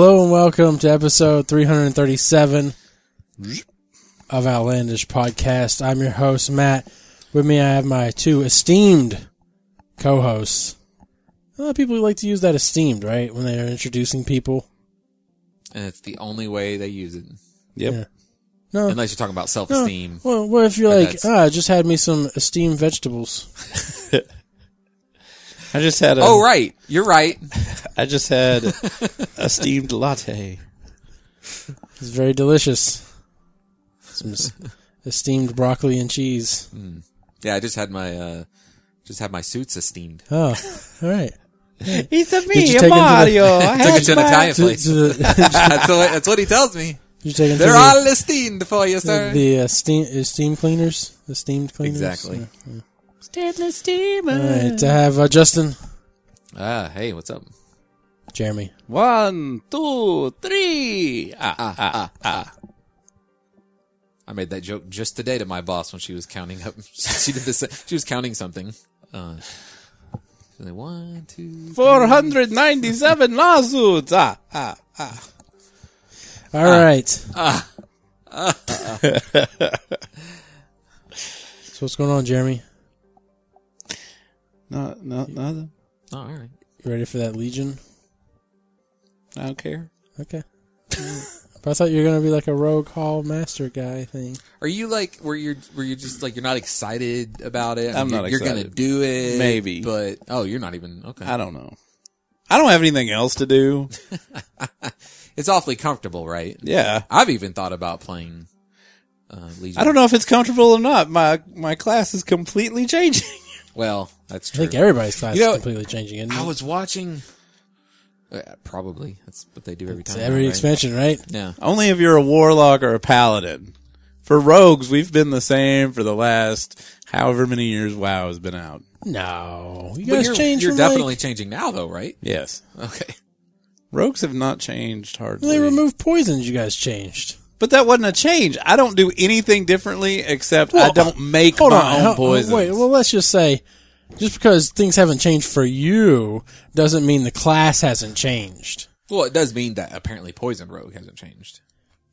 welcome to episode 337 of Outlandish Podcast. I'm your host, Matt. With me, I have my two esteemed co hosts. A lot of people like to use that esteemed, right? When they are introducing people. and it's the only way they use it. Yep. Yeah. No. Unless you're talking about no. self-esteem. Well, what if you're But like, that's- ah, I just had me some esteemed vegetables? I just had a I Oh, right, you're right. just had a steamed latte. It's very delicious. Some s- esteemed broccoli and cheese. Yeah, I just had my uh, just had my suits esteemed. Oh, all right. It's a Did you take him to the- I Took it to an Italian To- place. to the- that's, what, that's what he tells me. you taking to They're the- all esteemed for you, sir. The, the uh, steam uh, steam cleaners, the steamed cleaners. exactly. Yeah. All right, to have uh, Justin, Ah, hey, what's up? Jeremy, One, two, three. Ah, ah, ah. I made that joke just today to my boss when she was counting up. She did this. She was counting something. Uh, she was like, one, two. 497 lawsuits. Ah, ah. All Ah. right. so what's going on, Jeremy? No, no, nothing. Oh, all right. You ready for that Legion? I don't care. Okay. but I thought you were gonna be like a rogue hall master guy thing. Are you like where you're where you're just like you're not excited about it? I I'm mean, not you're, You're gonna excited. do it, Maybe. but oh, you're not even okay. I don't know. I don't have anything else to do. It's awfully comfortable, right? Yeah. I've even thought about playing uh, Legion. I don't know if it's comfortable or not. My my class is completely changing. Well, that's I true. think everybody's class You know, is completely changing. Isn't it? I was watching. Uh, probably that's what they do every time. It's every now, right? expansion, right? Yeah. Only if you're a warlock or a paladin. For rogues, we've been the same for the last however many years WoW has been out. No, you But guys you're, changed. you're from, definitely Like, changing now, though, right? Yes. Okay. Rogues have not changed hardly. they removed poisons. You guys changed. but that wasn't a change. I don't do anything differently except I Well, don't make my Hold on, own ho- poison. Wait, well, let's just say, just because things haven't changed for you doesn't mean the class hasn't changed. Well, it does mean that apparently Poison Rogue hasn't changed.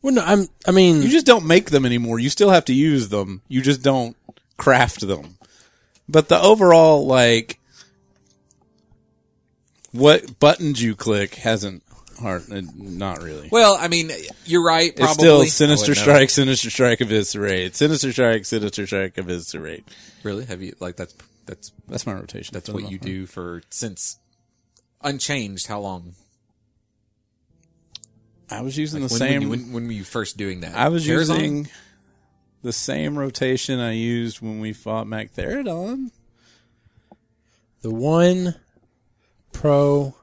Well, no, I'm. I mean, you just don't make them anymore. You still have to use them. You just don't craft them. But the overall, like, what buttons you click hasn't hard, uh, not really. Well, I mean, you're right. Probably. Oh, It's still I Sinister wouldn't know. Strike, Sinister Strike, Eviscerate. Sinister Strike, Sinister Strike, Eviscerate. Really? Have you like that's that's That's my rotation. that's what you do for since unchanged? How long? I was using the when, same. When, you- when, when were you first doing that? I was Terrazon? using the same rotation I used when we fought Mac Theridon. the one pro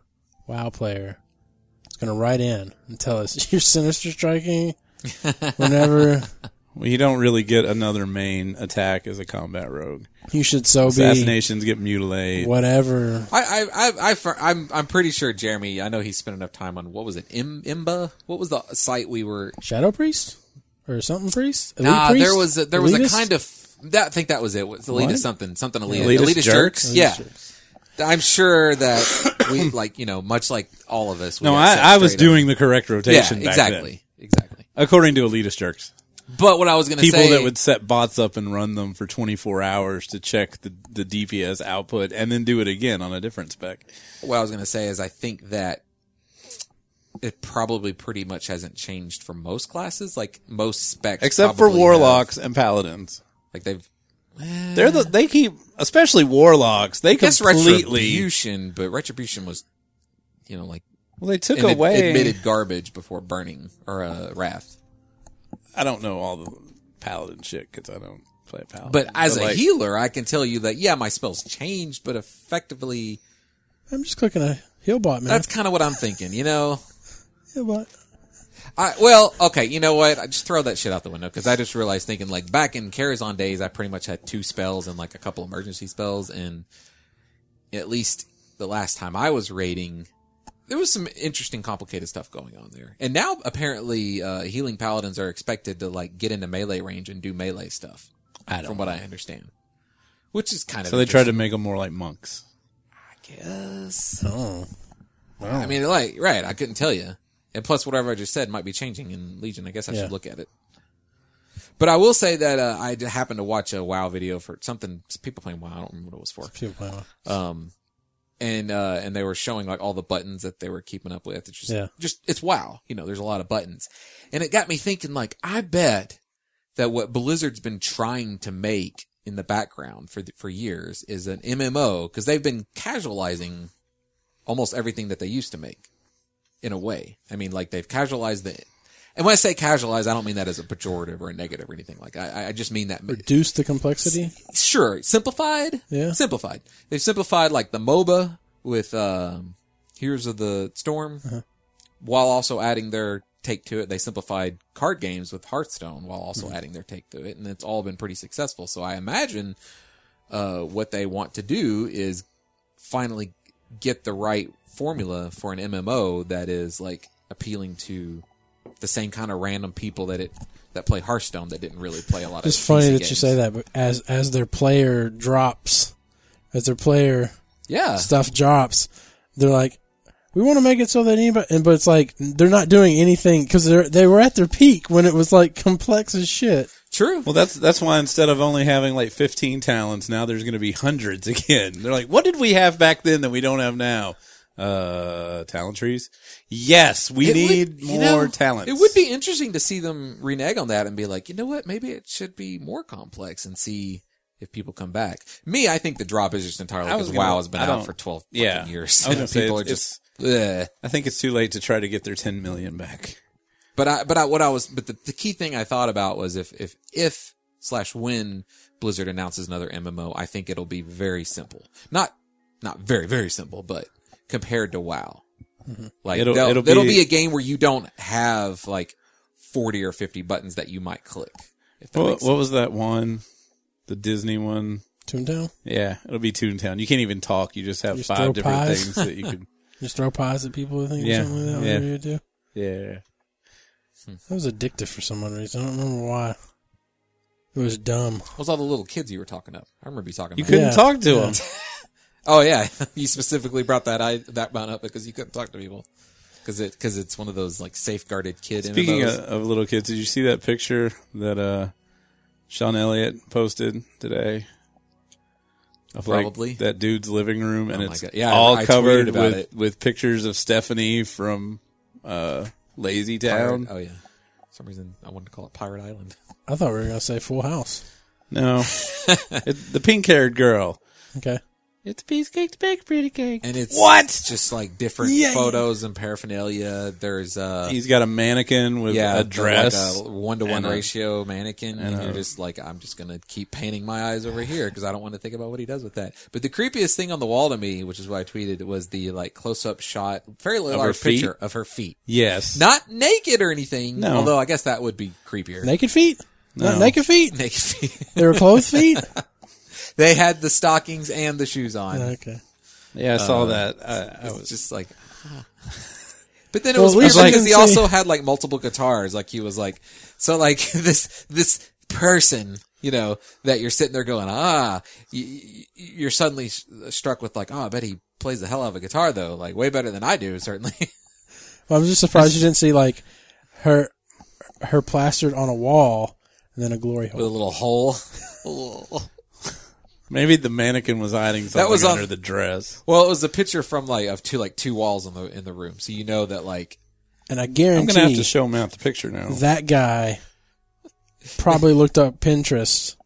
WoW player is going to write in and tell us you're sinister striking whenever Well, you don't really get another main attack as a combat rogue. you should so be Assassinations get mutilated. whatever. I, I, I, I, for- I'm, I'm pretty sure Jeremy. I know he spent enough time on what was it, Im, Imba? What was the site we were? Shadow priest or something priest? Elite Ah, priest? there was, a, there was a Elitist? kind of that. I think that was it. Was Elitist What? something, something Elitist, Elitist Elitist jerks. jerks? Yeah, I'm sure that we like, you know, much like all of us. We No, got set I, I was straight up. doing the correct rotation yeah, back then. exactly, exactly. According to elitist jerks. But what I was going to People say, that would set bots up and run them for 24 hours to check the, the DPS output and then do it again on a different spec. what I was going to say is, I think that it probably pretty much hasn't changed for most classes. Like most specs, Except for probably have- warlocks and paladins. like they've They're the they keep especially warlocks. They guess completely retribution, but retribution was, you know, like well, they took an ad- away. admitted garbage before burning or uh, wrath. I don't know all the paladin shit because I don't play paladin. But as a like, healer, I can tell you that yeah, my spells changed, but effectively, I'm just clicking a heal bot, man. that's kind of what I'm thinking. You know, heal bot. I well, okay, you know what? I just throw that shit out the window because I just realized thinking like back in Carazon days, I pretty much had two spells and like a couple emergency spells, and at least the last time I was raiding, there was some interesting, complicated stuff going on there. And now apparently, uh, healing paladins are expected to like get into melee range and do melee stuff. I don't from what I understand, which is kind of so they tried to interesting, make them more like monks. I guess. Oh, I mean, like, right? I couldn't tell you. And plus, whatever I just said might be changing in Legion. I guess I Yeah. should look at it. But I will say that uh, I d- happened to watch a WoW video for something people playing WoW. I don't remember what it was for. People play one. Um, and uh, and they were showing like all the buttons that they were keeping up with. It's just, Yeah. just it's WoW. You know, there's a lot of buttons, and it got me thinking. Like, I bet that what Blizzard's been trying to make in the background for the, for years is an MMO because they've been casualizing almost everything that they used to make in a way. I mean, like they've casualized the. And when I say casualize, I don't mean that as a pejorative or a negative or anything. Like I, I- I just mean that Reduce the complexity. sure simplified Yeah. simplified they've simplified like the moba with um heroes of the storm Uh-huh. while also adding their take to it they simplified card games with hearthstone while also Mm-hmm. adding their take to it and it's all been pretty successful so i imagine uh what they want to do is finally get the right formula for an mmo that is like appealing to the same kind of random people that it that play hearthstone that didn't really play a lot of It's funny PC that you games. say that, but as as their player drops, as their player Uh-huh. yeah stuff drops, they're like, we want to make it so that anybody, and, but it's like they're not doing anything because they they were at their peak when it was like complex as shit. True. Well, that's that's why instead of only having like 15 talents, now there's going to be hundreds again. They're like, what did we have back then that we don't have now? Uh, talent trees. Yes, we It would- need you know, more talents. It would be interesting to see them renege on that and be like, you know what? Maybe it should be more complex and see if people come back. Me, I think the drop is just entirely I was because gonna- WoW has been I out don't- for twelve fucking yeah. years. I was gonna and say, people are it's- just. Ugh. I think it's too late to try to get their 10 million back. But I, but I, what I was, but the, the key thing I thought about was if, if, if slash when Blizzard announces another MMO, I think it'll be very simple. Not, not very, very simple, but compared to WoW. Like, It'll- it'll, it'll, it'll be, be- a game where you don't have like 40 or 50 buttons that you might click. If that What, makes what was that one? The Disney one. Toontown, Yeah, it'll be Toontown. You can't even talk. You just have Just throw five different pies. things that you can. just throw pies at people. I think Yeah, or something like that. yeah. Whatever you do. Yeah. That was addictive for some odd reason. I don't remember why. It was dumb. What was all the little kids you were talking up? I remember you talking You about. couldn't Yeah. talk to Yeah. them. Oh yeah, you specifically brought that I, that one up because you couldn't talk to people. Cause it, cause it's one of those like safeguarded kid Speaking MMOs. of, of little kids, did you see that picture that uh, Sean Elliott posted today? Of like, Probably. that dude's living room, and Oh my it's God. Yeah, I- all I tweeted covered about with it. with pictures of Stephanie from uh, Lazy Town. Pirate- Oh yeah. For some reason I wanted to call it Pirate Island. I thought we were gonna say Full House. No, it, the pink haired girl. Okay, It's a piece of cake to bake, pretty cake. And it's What? it's just like different Yeah. photos and paraphernalia. There's uh He's got a mannequin with yeah, a dress. like uh, a one to one and a- ratio mannequin, and, a- you're just like, I'm just gonna keep painting my eyes over here because I don't want to think about what he does with that. But the creepiest thing on the wall to me, which is what I tweeted, was the like close up shot, very large feet? picture of her feet, yes, not naked or anything. No. although I guess that would be creepier. naked feet. Not naked feet. Naked feet. They were clothed feet. they had the stockings and the shoes on. Okay. yeah, I uh, saw that. I, I It's was just like. ah. But then it Well, was at weird least I because can he see- also had like multiple guitars. Like he was like, so like this this person, you know, that you're sitting there going, ah, you, you- you're suddenly s- struck with like, oh, I bet he plays the hell out of a guitar though, like way better than I do, certainly. Well, I'm just surprised you didn't see like her her plastered on a wall and then a glory With a hole. little hole. A little- Maybe the mannequin was hiding something was on- under the dress. well, it was a picture from like of two like two walls in the in the room, so you know that like And I I'm guarantee gonna have to show him out the picture now. that guy probably looked up Pinterest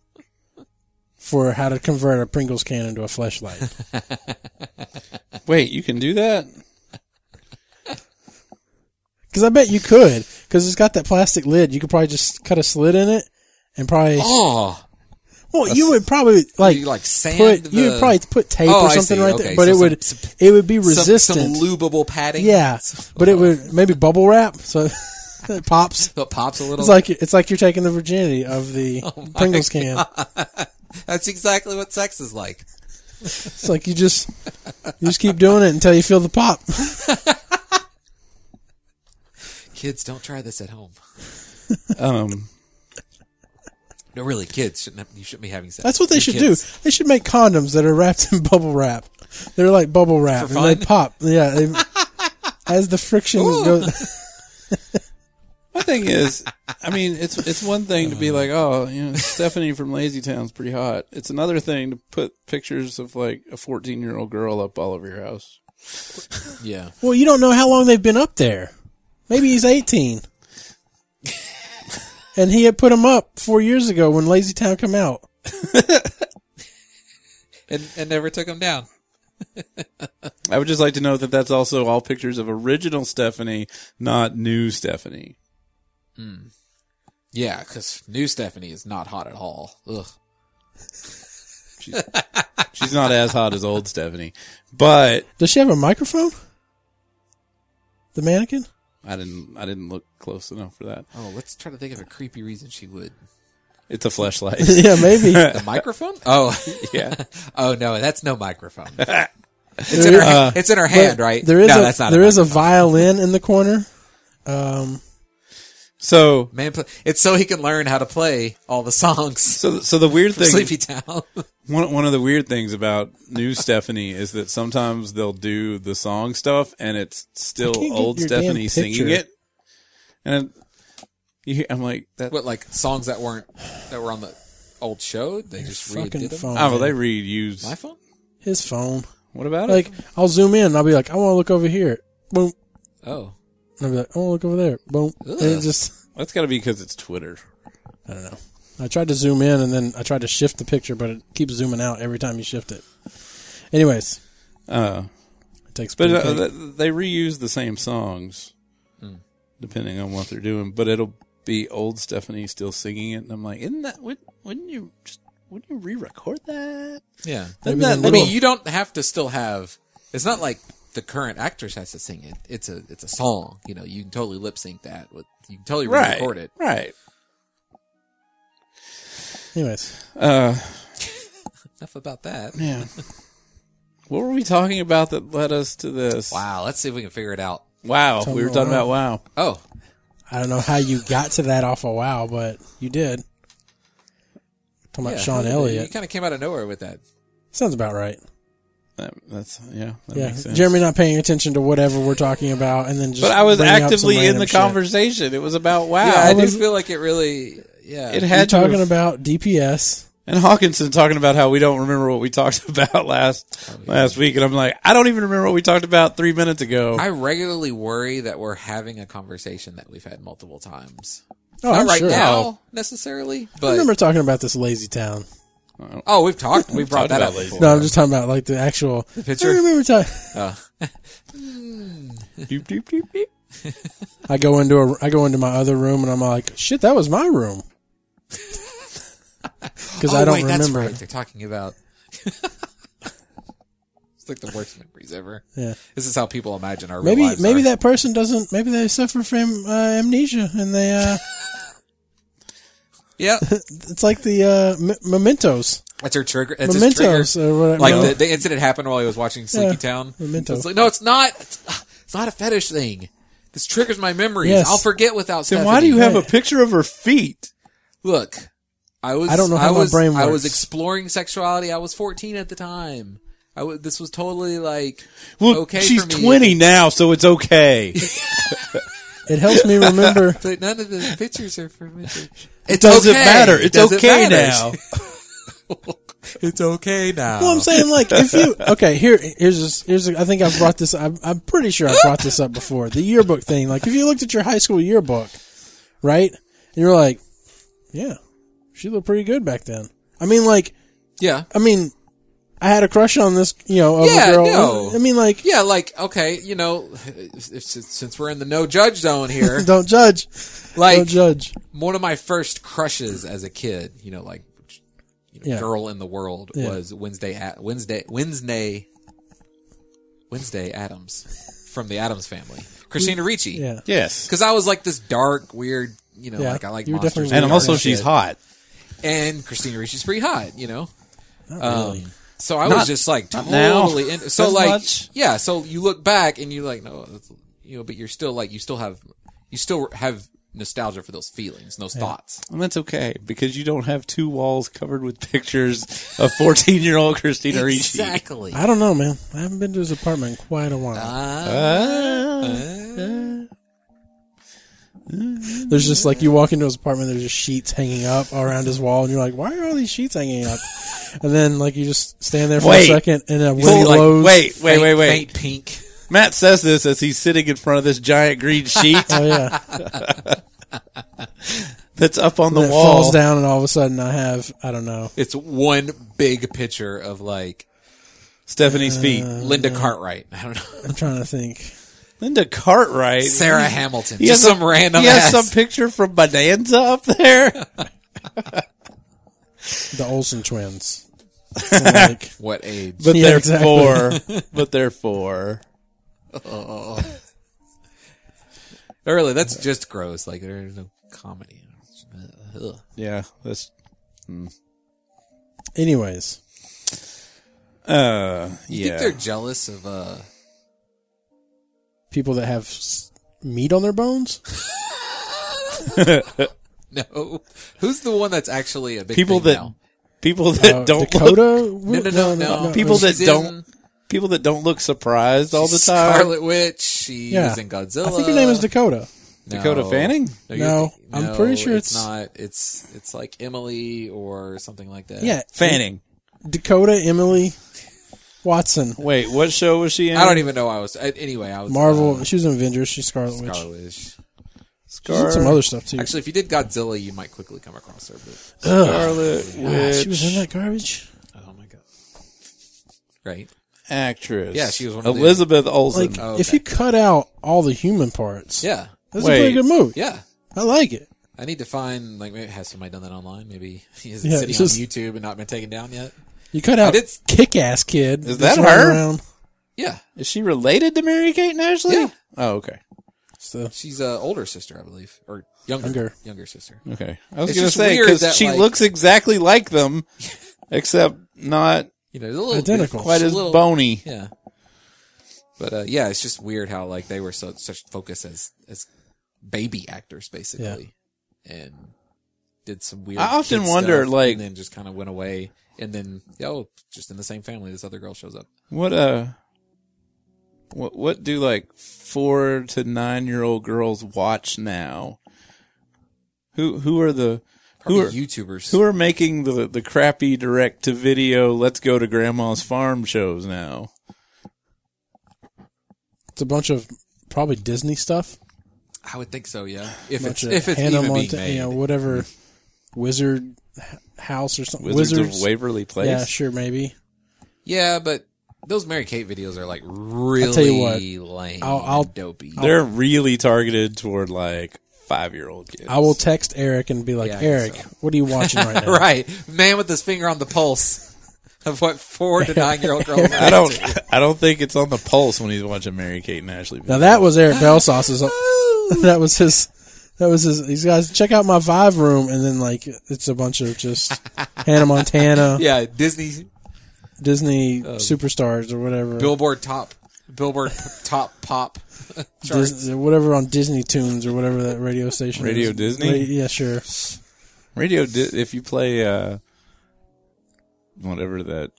for how to convert a Pringles can into a flashlight. Wait, you can do that? Because I bet you could. Because it's got that plastic lid. You could probably just cut a slit in it and probably. oh, well, you would probably like. you like sand. Put, you the- would probably put tape Oh, or I something see. right Okay, there, but so it some- would some- it would be some- resistant. some lubable padding. yeah, but it would maybe bubble wrap so it pops. So it pops a little. It's like it's like you're taking the virginity of the Oh Pringles can. That's exactly what sex is like. It's like you just you just keep doing it until you feel the pop. Kids, don't try this at home. Um, No, really, kids shouldn't. Have, you shouldn't be having sex. That's what they Your should kids. do. They should make condoms that are wrapped in bubble wrap. They're like bubble wrap, For and they fun? pop. Yeah, they, as the friction goes. thing is, I mean, it's it's one thing Uh. to be like, oh, you know, Stephanie from Lazy Town's pretty hot. It's another thing to put pictures of like a fourteen year old girl up all over your house. Yeah. Well, you don't know how long they've been up there. Maybe he's 18. and he had put him up four years ago when Lazy Town come out. And, and never took him down. I would just like to note that that's also all pictures of original Stephanie, not new Stephanie. Yeah, because new Stephanie is not hot at all. Ugh. She's, she's not as hot as old Stephanie, but Does she have a microphone? The mannequin? I didn't I didn't look close enough for that. Oh, let's try to think of a creepy reason she would. It's a flashlight. yeah, maybe. The microphone? Oh, yeah, oh no, that's no microphone. It's in her, Uh, it's in her hand, right? There is no, a, that's not. there is a microphone. violin in the corner. So man. Play, it's so he can learn how to play all the songs. so so the weird thing Sleepy Town. One one of the weird things about new Stephanie is that sometimes they'll do the song stuff and it's I still can't get old your damn Stephanie singing picture. it. And you hear, I'm like, that, what like songs that weren't that were on the old show? They just redid Fucking them. phone. oh, well, they reuse. My phone? His phone. What about Like, it? I'll zoom in and I'll be like, I want to look over here. Boom. Oh, And I'll be like, I want to look over there. Boom. And it Ugh. just, That's got to be because it's Twitter. I don't know. I tried to zoom in and then I tried to shift the picture, but it keeps zooming out every time you shift it. Anyways, Uh, it takes. but pretty uh, big- th- they reuse the same songs Hmm. depending on what they're doing. But it'll be old Stephanie still singing it. And I'm like, isn't that, wouldn't, wouldn't you just, wouldn't you re record that? yeah. Maybe Isn't that they I Little- mean, you don't have to still have. It's not like the current actress has to sing it. It's a it's a song. You know, you can totally lip sync that. With you can totally right. re-record it. Right. anyways, Uh, Enough about that. Yeah. what were we talking about that led us to this? Wow. Let's see if we can figure it out. Wow. Tell we were me talking why. about wow. Oh, I don't know how you got to that off a wow, but you did. Talking about yeah. Sean You Elliott kind of came out of nowhere with that. sounds about right. That, that's yeah. That Yeah, makes sense. Jeremy not paying attention to whatever we're talking about, and then just but I was bringing up some actively in random the shit. conversation. It was about wow. Yeah, I, do was- feel like it really. Yeah. it You're had to talking have- about DPS. and Hawkinson talking about how we don't remember what we talked about last last week, and I'm like, I don't even remember what we talked about three minutes ago. I regularly worry that we're having a conversation that we've had multiple times. Oh, Not I'm right sure. now necessarily, I but remember talking about this lazy town. oh, we've talked. We brought talked that about up lazy. before. No, I'm just talking about like the actual picture? I remember talking. Doop, doop, doop, doop. I go into a, I go into my other room and I'm like, shit, that was my room. Because Oh, I don't wait, That's remember. right. They're talking about. it's like the worst memories ever. Yeah. This is how people imagine our real Maybe lives maybe are. that person doesn't. Maybe they suffer from uh, amnesia and they. Uh, Yeah, it's like the uh, me- mementos, that's her trigger. That's his mementos, trigger. or whatever. Like the, the incident happened while he was watching Sleepy Yeah, Town. memento. It's like, no, it's not. It's, it's not a fetish thing. This triggers my memories. Yes. I'll forget without. Then Stephanie. why do you have a Right. picture of her feet? Look, I was. I don't know how I my was, brain I was works. exploring sexuality. I was 14 at the time. I w- this was totally like Well, okay. she's for me. 20 now, so it's okay. it helps me remember. It's like, none of the pictures are for me. It doesn't okay. matter. It It's doesn't okay matter. now. it's okay now. Well, I'm saying like if you okay here here's this, here's a- I think I've brought this I'm, I'm pretty sure I brought this up before the yearbook thing like if you looked at your high school yearbook right and you're like yeah she looked pretty good back then I mean like yeah, I mean, I had a crush on this, you know, of Yeah, a girl. no. I mean, like, yeah. Like okay, you know, if, if- since we're in the no judge zone here, don't judge. don't like judge. one of my first crushes as a kid, you know, like you know, Yeah. girl in the world was Wednesday at Wednesday Wednesday Wednesday Adams from the Adams family, Christina Ricci. Yeah. yes. because I was like this dark, weird, you know, Yeah. like I like You were monsters, definitely And weird. also, Yeah. she's hot. and Christina Ricci's pretty hot, you know. Um, Really. So I Not- was just like not now. totally in. So As like, much. yeah. So you look back and you're like, no, that's- you know, but you're still like, you still have, you still have nostalgia for those feelings, those thoughts. And that's okay because you don't have two walls covered with pictures of 14 year old Christina Ricci. Exactly. I don't know, man. I haven't been to Uh, his apartment in quite a while. Ah. Ah. There's just like you walk into his apartment, there's just sheets hanging up around his wall, and you're like, why are all these sheets hanging up? And then like you just stand there for Wait. a second, and a Full, wind like, blows. wait, wait, Faint- wait, wait. faint pink. Matt says this as he's sitting in front of this giant green sheet Oh yeah, that's up on the and it wall. falls down, and all of a sudden I have I don't know. It's one big picture of like Stephanie's feet. Linda Cartwright. I don't know. I'm trying to think. Linda Cartwright. Sarah Hamilton. He Just has some a- random He has ass. some picture from Bonanza up there. The Olsen twins. Like, what age? But Yeah, they're exactly. four. But they're four. Really, that's just gross. Like there's no comedy. Ugh. Yeah. That's anyways, uh You yeah. think they're jealous of uh people that have s- meat on their bones. no. Who's the one that's actually a big people thing that now? people that Uh, don't look Dakota. No, no, no, no. people that She's in- don't people that don't look surprised all the time. Scarlet Witch. She Yeah. was in Godzilla. I think her name uh, is Dakota. No. Dakota Fanning? you're No, thi- I'm pretty sure it's- not. It's it's like Emily or something like that. Yeah, Fanning. Dakota Emily Watson. Wait, what show was she in? I don't even know. I was uh, anyway. I was Marvel. uh, She was in Avengers. She's Scarlet Witch. Scarlet Witch. She did Scar- some other stuff too. Actually, if you did Godzilla, you might quickly come across her. But Scarlet Ah, Witch she was in that garbage. oh my god, right? actress. Yeah, she was one of the- Elizabeth Olsen. Like Oh, if okay. you cut out all the human parts, Yeah, that's Wait. a pretty good movie. yeah. I like it. I need to find like maybe has somebody done that online? Maybe is it Yeah, sitting it's just- on YouTube and not been taken down yet? You cut out did- Kick Ass Kid. Is that's that running her? Around. Yeah, Is she related to Mary Kate and Ashley? Yeah. Oh, okay. So, she's a older sister, I believe, or younger, Younger. younger, sister. Okay. I was It's going to just say weird because that, she like- looks exactly like them, except not You know, a little Identical. just quite a as little- bony. Yeah. But uh, yeah, it's just weird how like they were so such focus as as baby actors basically, and did some weird. I often kid wonder, stuff, like- and then just kind of went away, and then oh, just in the same family, this other girl shows up. What uh what what do like 4 to 9 year old girls watch now? Who who are the Probably who are YouTubers? who are making the the crappy direct to video let's go to grandma's farm shows now? it's a bunch of probably Disney stuff. I would think so. Yeah, if Bunch it's of if it's Hannah even being Monta- made. you know, whatever wizard h- house or something. Wizards, Wizards. of Waverly Place. yeah, sure, maybe. Yeah, but those Mary Kate videos are like really tell you what, lame. I'll- I'll- and dopey. They're really targeted toward like 5-year-old kids. I will text Eric and be like, Yeah, I Eric, think what are you watching right now? right, man with his finger on the pulse of what four to nine year old girls. I don't. I don't think it's on the pulse when he's watching Mary Kate and Ashley. Now that was Eric Belsauce's. that was his. That was his. These guys check out my Vive room, and then like it's a bunch of just Hannah Montana, Yeah, Disney Disney Uh, superstars or whatever, Billboard top, Billboard p- top pop. charts. Dis- whatever on Disney Tunes or whatever that radio station. Radio is. Disney? yeah, sure. radio. Di- if you play uh, whatever that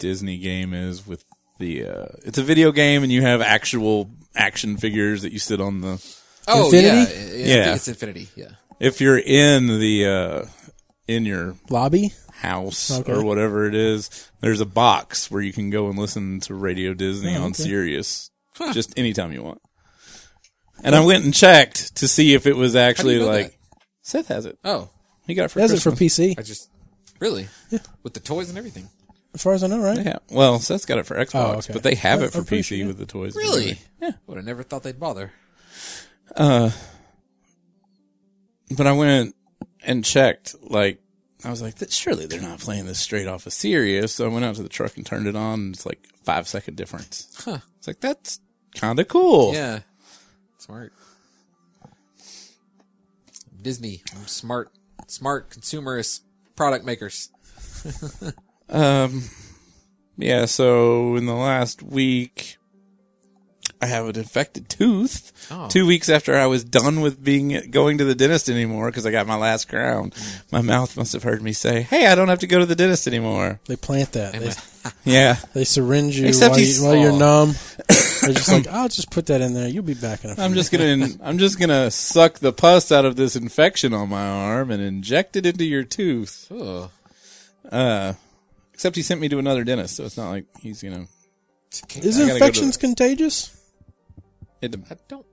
Disney game is with the, uh, it's a video game and you have actual action figures that you sit on the. Oh Infinity? yeah, yeah, I Yeah. think it's Infinity. Yeah, If you're in the uh, in your Lobby. house Okay. or whatever it is, there's a box where you can go and listen to Radio Disney Oh, on Sirius just anytime you want. And I went and checked to see if it was actually know like that? Seth has it. Oh, He got it for That's it for Christmas. PC, I just really with the toys and everything. as far as I know, right? yeah. Well, Seth's got it for Xbox, Oh, okay. but they have it for I'm pretty PC sure, yeah. with the toys. and Really? everything. Yeah. Would have never thought they'd bother. Uh, but I went and checked. Like I was like, "Th- surely they're not playing this straight off of Sirius. So I went out to the truck and turned it on. And it's like five second difference. Huh. It's like that's kind of cool. Yeah, smart. Disney, I'm smart, smart consumerist product makers. Um, yeah. So in the last week, I have an infected tooth. Oh. Two weeks after I was done with being going to the dentist anymore because I got my last crown, Mm. my mouth must have heard me say, "Hey, I don't have to go to the dentist anymore." They plant that. They, Am I- Yeah. they syringe you Except while, you, he's- while you're Aw. numb. They're just like, I'll just put that in there. You'll be back in a few I'm just gonna I'm just gonna suck the pus out of this infection on my arm and inject it into your tooth. Ugh. Uh, except he sent me to another dentist, so it's not like he's you know. minutes." Is I gotta go to infections contagious? It de- I don't.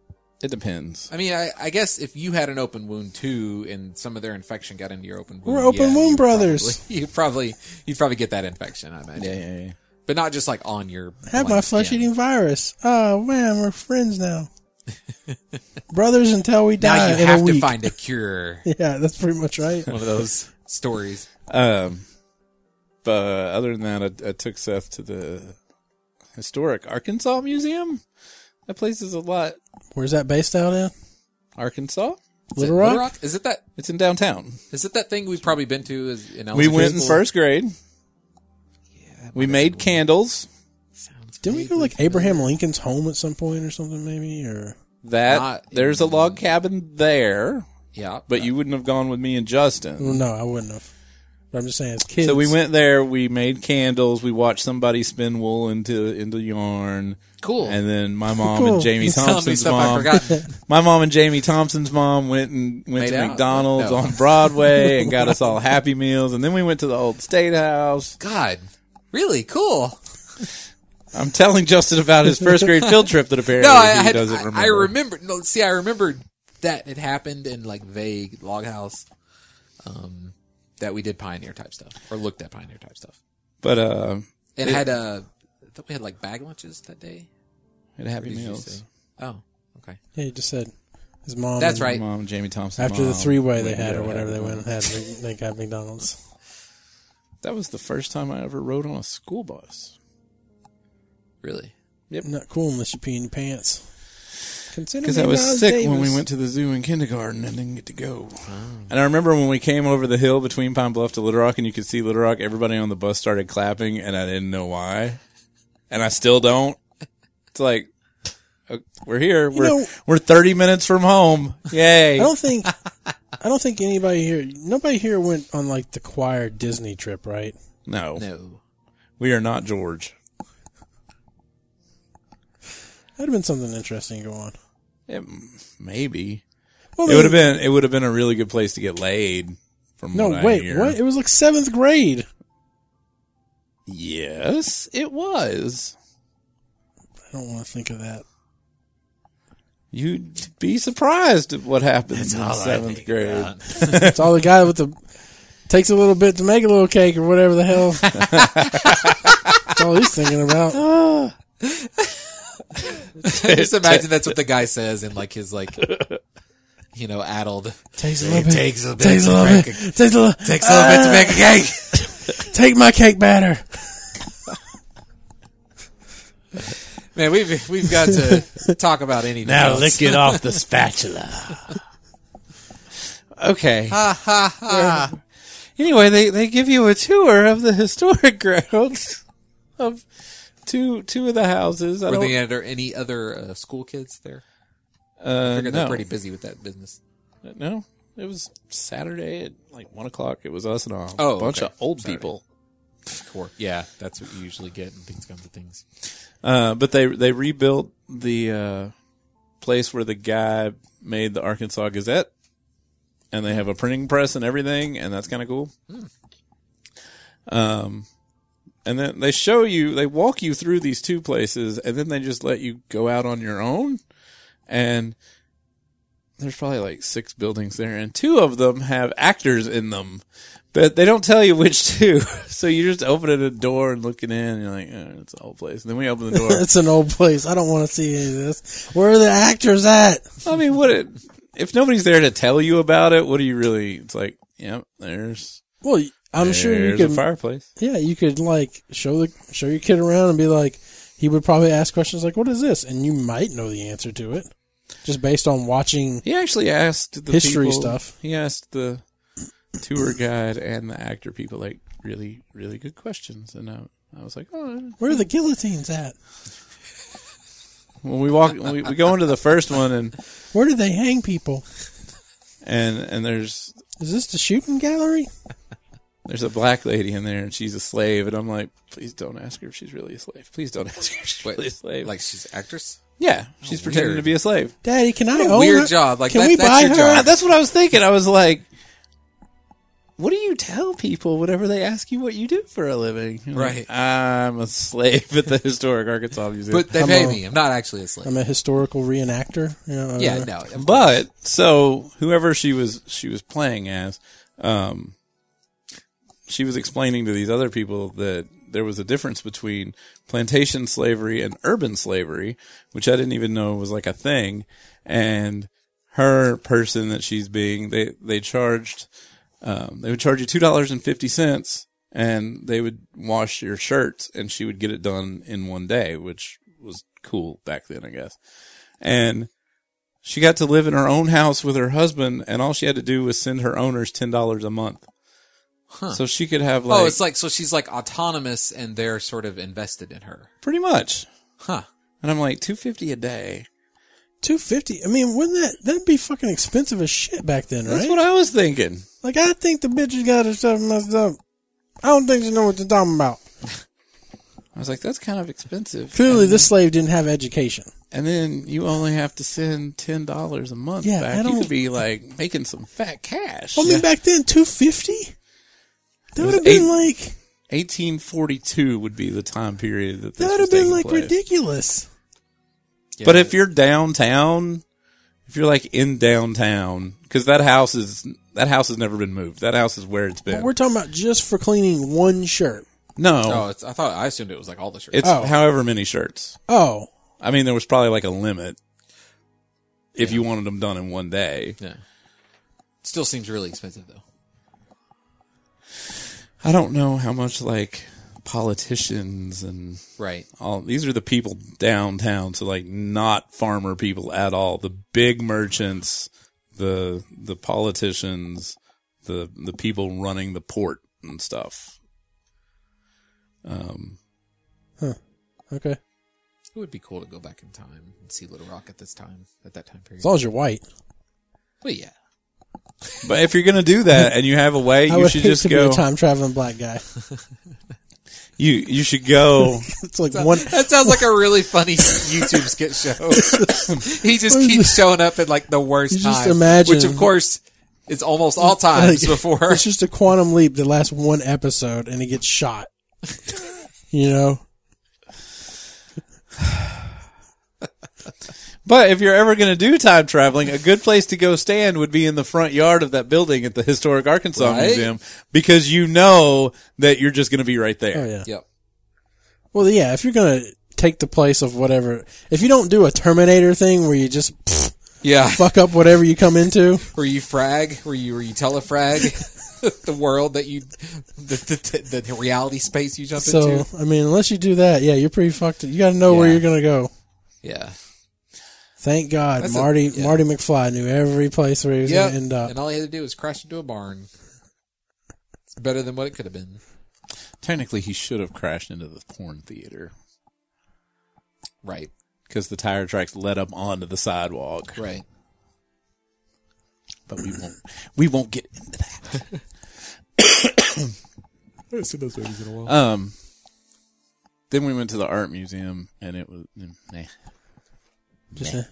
it depends. I mean, I, I guess if you had an open wound too, and some of their infection got into your open wound, We're open wound you'd brothers. Probably, you probably you probably get that infection. I imagine, yeah, yeah. but not just like on your. Have my blank flesh skin. eating virus. Oh man, we're friends now. Brothers until we die. Now you in a have to week. find a cure. Yeah, that's pretty much right. One of those stories. Um, but other than that, I, I took Seth to the historic Arkansas Museum. That place is a lot. Where's that based out in? Arkansas. Is Little it Rock? Is it that? It's in downtown. Is it that thing we've probably been to? Is in We elementary went in school? first grade. we made candles. Sounds Didn't we go to, like Abraham Lincoln's home at some point or something maybe? Or That Not there's a log cabin there, Yeah, but you wouldn't have gone with me and Justin. well, no, I wouldn't have. But I'm just saying, as Mm. kids, So we went there. We made candles. We watched somebody spin wool into into yarn. Cool. And then my mom Cool. and Jamie He's telling me Thompson's stuff mom. I forgot. My mom and Jamie Thompson's mom went and went Made to out? McDonald's No. on Broadway and got us all Happy Meals, and then we went to the old State House. God, really cool. I'm telling Justin about his first grade field trip that apparently No, I, I he had, doesn't I- remember. I remember. No, see, I remembered that it happened in like vague log house. Um, that we did pioneer type stuff or looked at pioneer type stuff. But uh, It, had uh, I thought we had like bag lunches that day. had Happy Did you Meals. say? Oh, okay. yeah, you just said his mom. That's and- right. Mom and Jamie Thompson. After the mom three way they went had to or whatever they Happy went and Meals. had, they, they got McDonald's. That was the first time I ever rode on a school bus. Really? Not cool unless you pee in your pants. Consider Because me I was Miles sick Davis. when we went to the zoo in kindergarten and didn't get to go. And I remember when we came over the hill between Pine Bluff to Little Rock and you could see Little Rock, everybody on the bus started clapping and I didn't know why. And I still don't. It's like, uh, we're here. We're, know- we're 30 minutes from home. Yay. I don't think I don't think anybody here nobody here went on like the choir Disney trip, right? No, No. we are not George. That'd have been something interesting to go on. It, maybe. Well, It would have been, it would have been a really good place to get laid from No, what I wait, hear. what? It was like seventh grade. Yes, it was. I don't want to think of that. You'd be surprised at what happens in all I seventh think grade. about. It's all the guy with the takes a little bit to make a little cake or whatever the hell. That's all he's thinking about. just imagine that's what the guy says in like his like, you know, addled. Takes a little bit. takes a bit Takes a to little make bit. Takes a little. Takes a little bit to make a cake. Take my cake batter. Man, we've we've got to talk about anything. else. it off the spatula. okay. Ha ha ha. Anyway, they, they give you a tour of the historic grounds of two two of the houses. I Were don't, there any other, any other uh, school kids there? uh, I figure no, they're pretty busy with that business. no, it was Saturday at like one o'clock. It was us and a Oh, bunch okay. of old Saturday. people. Or, yeah, that's what you usually get in these kinds of things. Uh, but they they rebuilt the uh, place where the guy made the Arkansas Gazette, and they have a printing press and everything, and that's kind of cool. Um, and then they show you, they walk you through these two places, and then they just let you go out on your own. And there's probably like six buildings there, and two of them have actors in them, but they don't tell you which two. So you're just opening a door and looking in, and you're like, oh, it's an old place. And then we open the door. It's an old place. I don't want to see any of this. Where are the actors at? I mean, what it, if nobody's there to tell you about it? What do you really? It's like, yep, there's. Well, I'm sure you there's could. a fireplace. Yeah, you could like show the show your kid around and be like, he would probably ask questions like, "What is this?" and you might know the answer to it just based on watching. He actually asked the History people- stuff. He asked the tour guide and the actor people like really, really good questions, and I, I was like, oh. Where are the guillotines at? When we walk, when we, we go into the first one, and Where do they hang people? and and there's Is this the shooting gallery? there's a black lady in there and she's a slave, and I'm like, please don't ask her if she's really a slave. Please don't ask her if she's Wait, really a slave. like she's actress. yeah, she's pretending weird. to be a slave. Daddy, can I own weird her? job. Like, can that- we that's buy your her? Uh, job. that's what I was thinking. I was like, what do you tell people whenever they ask you what you do for a living? I'm like, Right. I'm a slave at the historic Arkansas Museum. But they I'm pay a- me. I'm not actually a slave. I'm a historical reenactor. You know, yeah, uh, no. of course. but so whoever she was she was playing as, um, she was explaining to these other people that there was a difference between plantation slavery and urban slavery, which I didn't even know was like a thing. And her person that she's being, they they charged, um, they would charge you two dollars and fifty cents, and they would wash your shirts, and she would get it done in one day, which was cool back then, I guess. And she got to live in her own house with her husband, and all she had to do was send her owners ten dollars a month. So she could have like, oh, it's like so she's like autonomous, and they're sort of invested in her. pretty much. Huh. And I'm like two fifty a day. two fifty. I mean, wouldn't that that'd be fucking expensive as shit back then, That's right? what I was thinking. like, I think the bitch has got herself messed up. I don't think she know what they're talking about. I was like, that's kind of expensive. Clearly, and, this slave didn't have education. and then you only have to send ten dollars a month. Yeah, I back. you don't- could be like making some fat cash. I mean, back then, two fifty. That was would have been eight- like 1842 would be the time period that this that would have was been taking like place. ridiculous. Yeah, But if you're downtown, if you're like in downtown, because that house is that house has never been moved. That house is where it's But been. we're talking about just for cleaning one shirt. no, oh, it's, I thought I assumed it was like all the shirts. it's Oh. however many shirts. Oh, I mean, there was probably like a limit if you wanted them done in one day. yeah. Still seems really expensive though. I don't know how much like politicians and Right. all these are the people downtown, so like not farmer people at all. The big merchants, the the politicians, the the people running the port and stuff. okay. It would be cool to go back in time and see Little Rock at this time, at that time period. As long as you're white, Well, yeah. But if you're gonna do that and you have a way, I you would should hate just to go. be a time traveling black guy. You you should go. It's like one. That sounds like a really funny YouTube skit show. he just keeps showing up at like the worst You time. just imagine- Which of course is almost all times Like, before. It's just a quantum leap that lasts one episode and he gets shot. you know? But if you're ever gonna do time traveling, a good place to go stand would be in the front yard of that building at the historic Arkansas Right. Museum because you know that you're just gonna be right there. Oh, yeah. Yep. Well, yeah, if you're going to take the place of whatever, if you don't do a Terminator thing where you just pff, Yeah. fuck up whatever you come into, Were you frag? Were you were you telefrag? the world that you, the, the, the, the reality space you jump so, into. I mean, unless you do that, yeah, you're pretty fucked. You got to know where Yeah. you're going to go. Yeah. Thank God, That's a- Marty yeah. Marty McFly knew every place where he was Yeah. going to end up. And all he had to do was crash into a barn. It's better than what it could have been. Technically, he should have crashed into the porn theater. Right. because the tire tracks led up onto the sidewalk. Right. But we won't. We won't get into that. Uh, Um. Then we went to the art museum, and it was mm, nah. Just uh, Meh. a-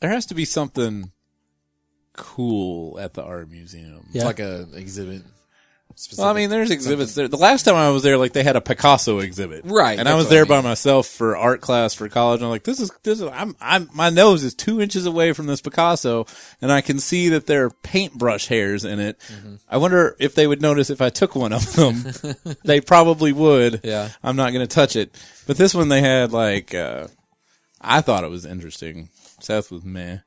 there has to be something cool at the art museum. yeah. It's like a exhibit. Specific. Well, I mean, there's exhibits there. The last time I was there, like they had a Picasso exhibit, Right, And I that's was what I there mean. by myself for art class for college. And I'm like, this is this is I'm I'm my nose is two inches away from this Picasso, and I can see that there are paintbrush hairs in it. I wonder if they would notice if I took one of them. they probably would. Yeah. I'm not going to touch it. But this one they had like uh, I thought it was interesting. Seth was meh.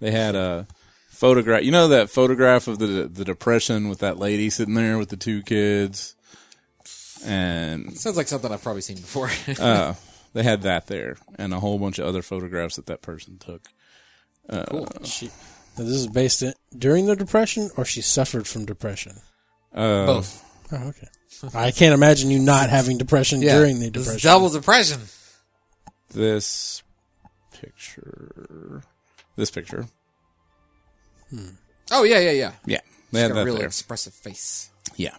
They had a photograph. You know that photograph of the the depression with that lady sitting there with the two kids, and sounds like something I've probably seen before. uh, they had that there, and a whole bunch of other photographs that that person took. she, now, this is based in, during the Depression or she suffered from depression? Uh, Both. Oh, okay. I can't imagine you not having depression Yeah. during the This is depression. double depression. This picture. This picture. Oh yeah, yeah, yeah. Yeah. They She's had got that a really there. expressive face. Yeah.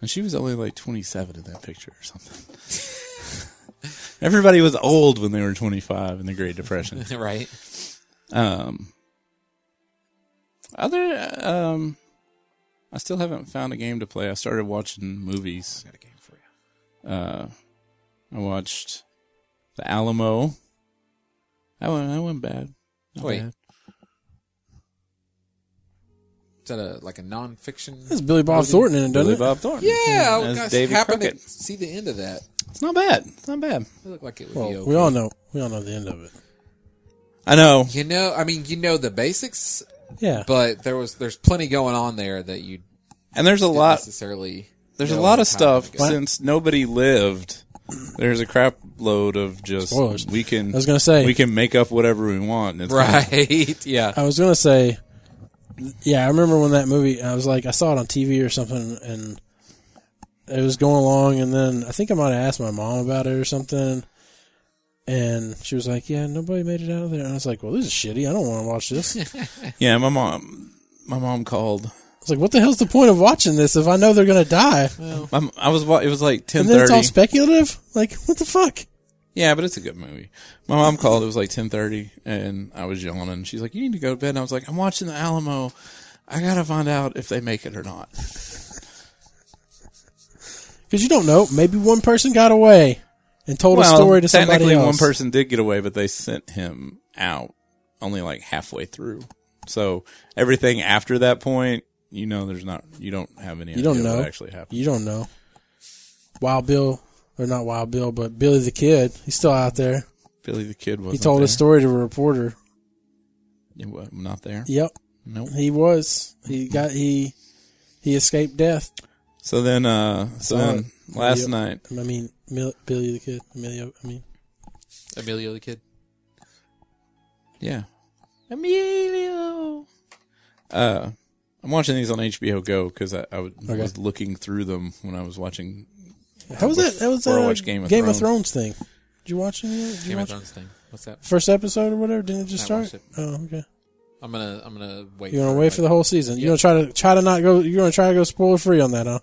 And she was only like 27 in that picture or something. Everybody was old when they were 25 in the Great Depression. right? Um, other, um, I still haven't found a game to play. I started watching movies. Got a game for you. I watched The Alamo. That one, that one bad. Not Wait. bad. Is that a like a nonfiction? That's Billy Bob Thornton in it, doesn't Billy it? Bob Thornton. Yeah, That's I Davy happened Crockett. to see the end of that. It's not bad. It's not bad. It looked like it would be Well, okay. we all know. We all know the end of it. I know. you know, I mean, you know the basics, Yeah. but there was there's plenty going on there that you And there's a didn't lot. necessarily. There's a know lot at of the time, I stuff guess. since nobody lived. There's a crap load of just Spoilers. we can. I was gonna say- we can make up whatever we want. and it's fine. Right? Yeah. I was gonna say, yeah, I remember when that movie. I was like, I saw it on TV or something, and it was going along, and then I think I might have asked my mom about it or something, and she was like, "Yeah, nobody made it out of there," and I was like, "Well, this is shitty. I don't want to watch this." I Yeah, my mom. My mom called. was like, "What the hell's the point of watching this if I know they're gonna die?" My m- I was. wa- It was like ten and then it's all thirty. speculative. Like, what the fuck? yeah, but it's a good movie. My mom called. It was like ten thirty, and I was yawning. She's like, "You need to go to bed." And I was like, "I'm watching the Alamo. I gotta find out if they make it or not." Because you don't know. Maybe one person got away and told a story to somebody technically, else. one person did get away, but they sent him out only like halfway through. So everything after that point, you know, there's not, you don't have any. You don't idea know. what actually happened. You don't know. Wild Bill, or not Wild Bill, but Billy the Kid. He's still out there. Billy the Kid was. He told there. his story to a reporter. He wa- not there. Yep, Nope. he was. He got he he escaped death. So then, uh, saw so then last Yep. night, I mean, Mil- Billy the Kid, Emilio. I mean, Emilio the kid. yeah, Emilio. Uh, I'm watching these on HBO Go because I, I was- was looking through them when I was watching. how was that? That was Before I uh, watched Game of Thrones thing. Did you watch any of it? Did you Game of watch Thrones thing. What's that? First episode or whatever? Didn't it just I start? watched Oh, okay. I'm gonna I'm gonna wait. You want to for, wait for the like- whole season? You want to try to try to not go? You want to try to go spoiler free on that, huh?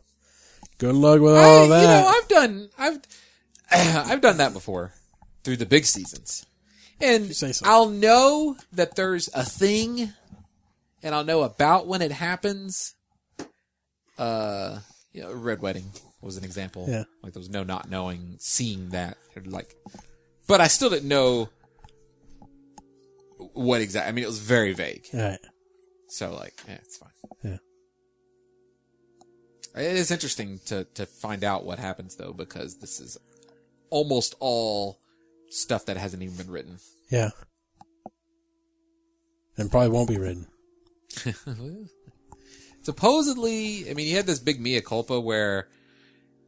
Good luck with all I, that. You know, I've done I've I've done that before through the big seasons, and say so. I'll know that there's a thing, and I'll know about when it happens. Uh, you know, red wedding was an example. Yeah. like there was no not knowing, seeing that, or like, but I still didn't know what exactly. I mean, it was very vague. all right. So like, yeah, it's fine. Yeah. It is interesting to to find out what happens though, because this is almost all stuff that hasn't even been written. Yeah. And probably won't be written. Supposedly, I mean, you had this big mea culpa where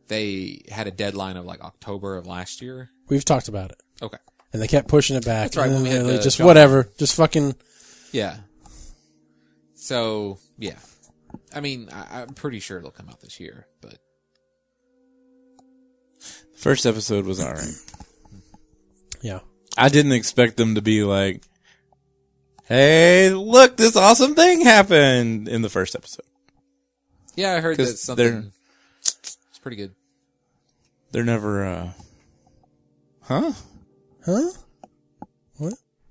they had a deadline of like October of last year. We've talked about it. Okay. And they kept pushing it back. That's right, And when we had they're like, the just John- whatever. Just fucking. Yeah. So yeah, I mean, I, I'm pretty sure it'll come out this year, but First episode was all right. Yeah. I didn't expect them to be like, "Hey, look, this awesome thing happened in the first episode." yeah, I heard that 'Cause they're- something. It's pretty good. They're never, uh, huh? Huh?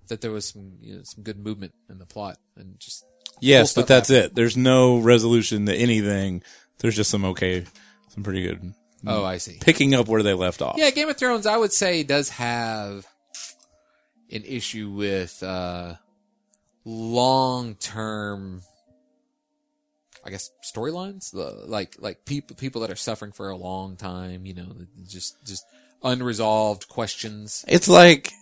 that there was some you know, some good movement in the plot and just Yes, Cool but stuff that's it. There's no resolution to anything. There's just some okay, some pretty good oh I see picking up where they left off. yeah Game of Thrones I would say does have an issue with uh long term I guess storylines The- like like people people that are suffering for a long time you know just just unresolved questions It's like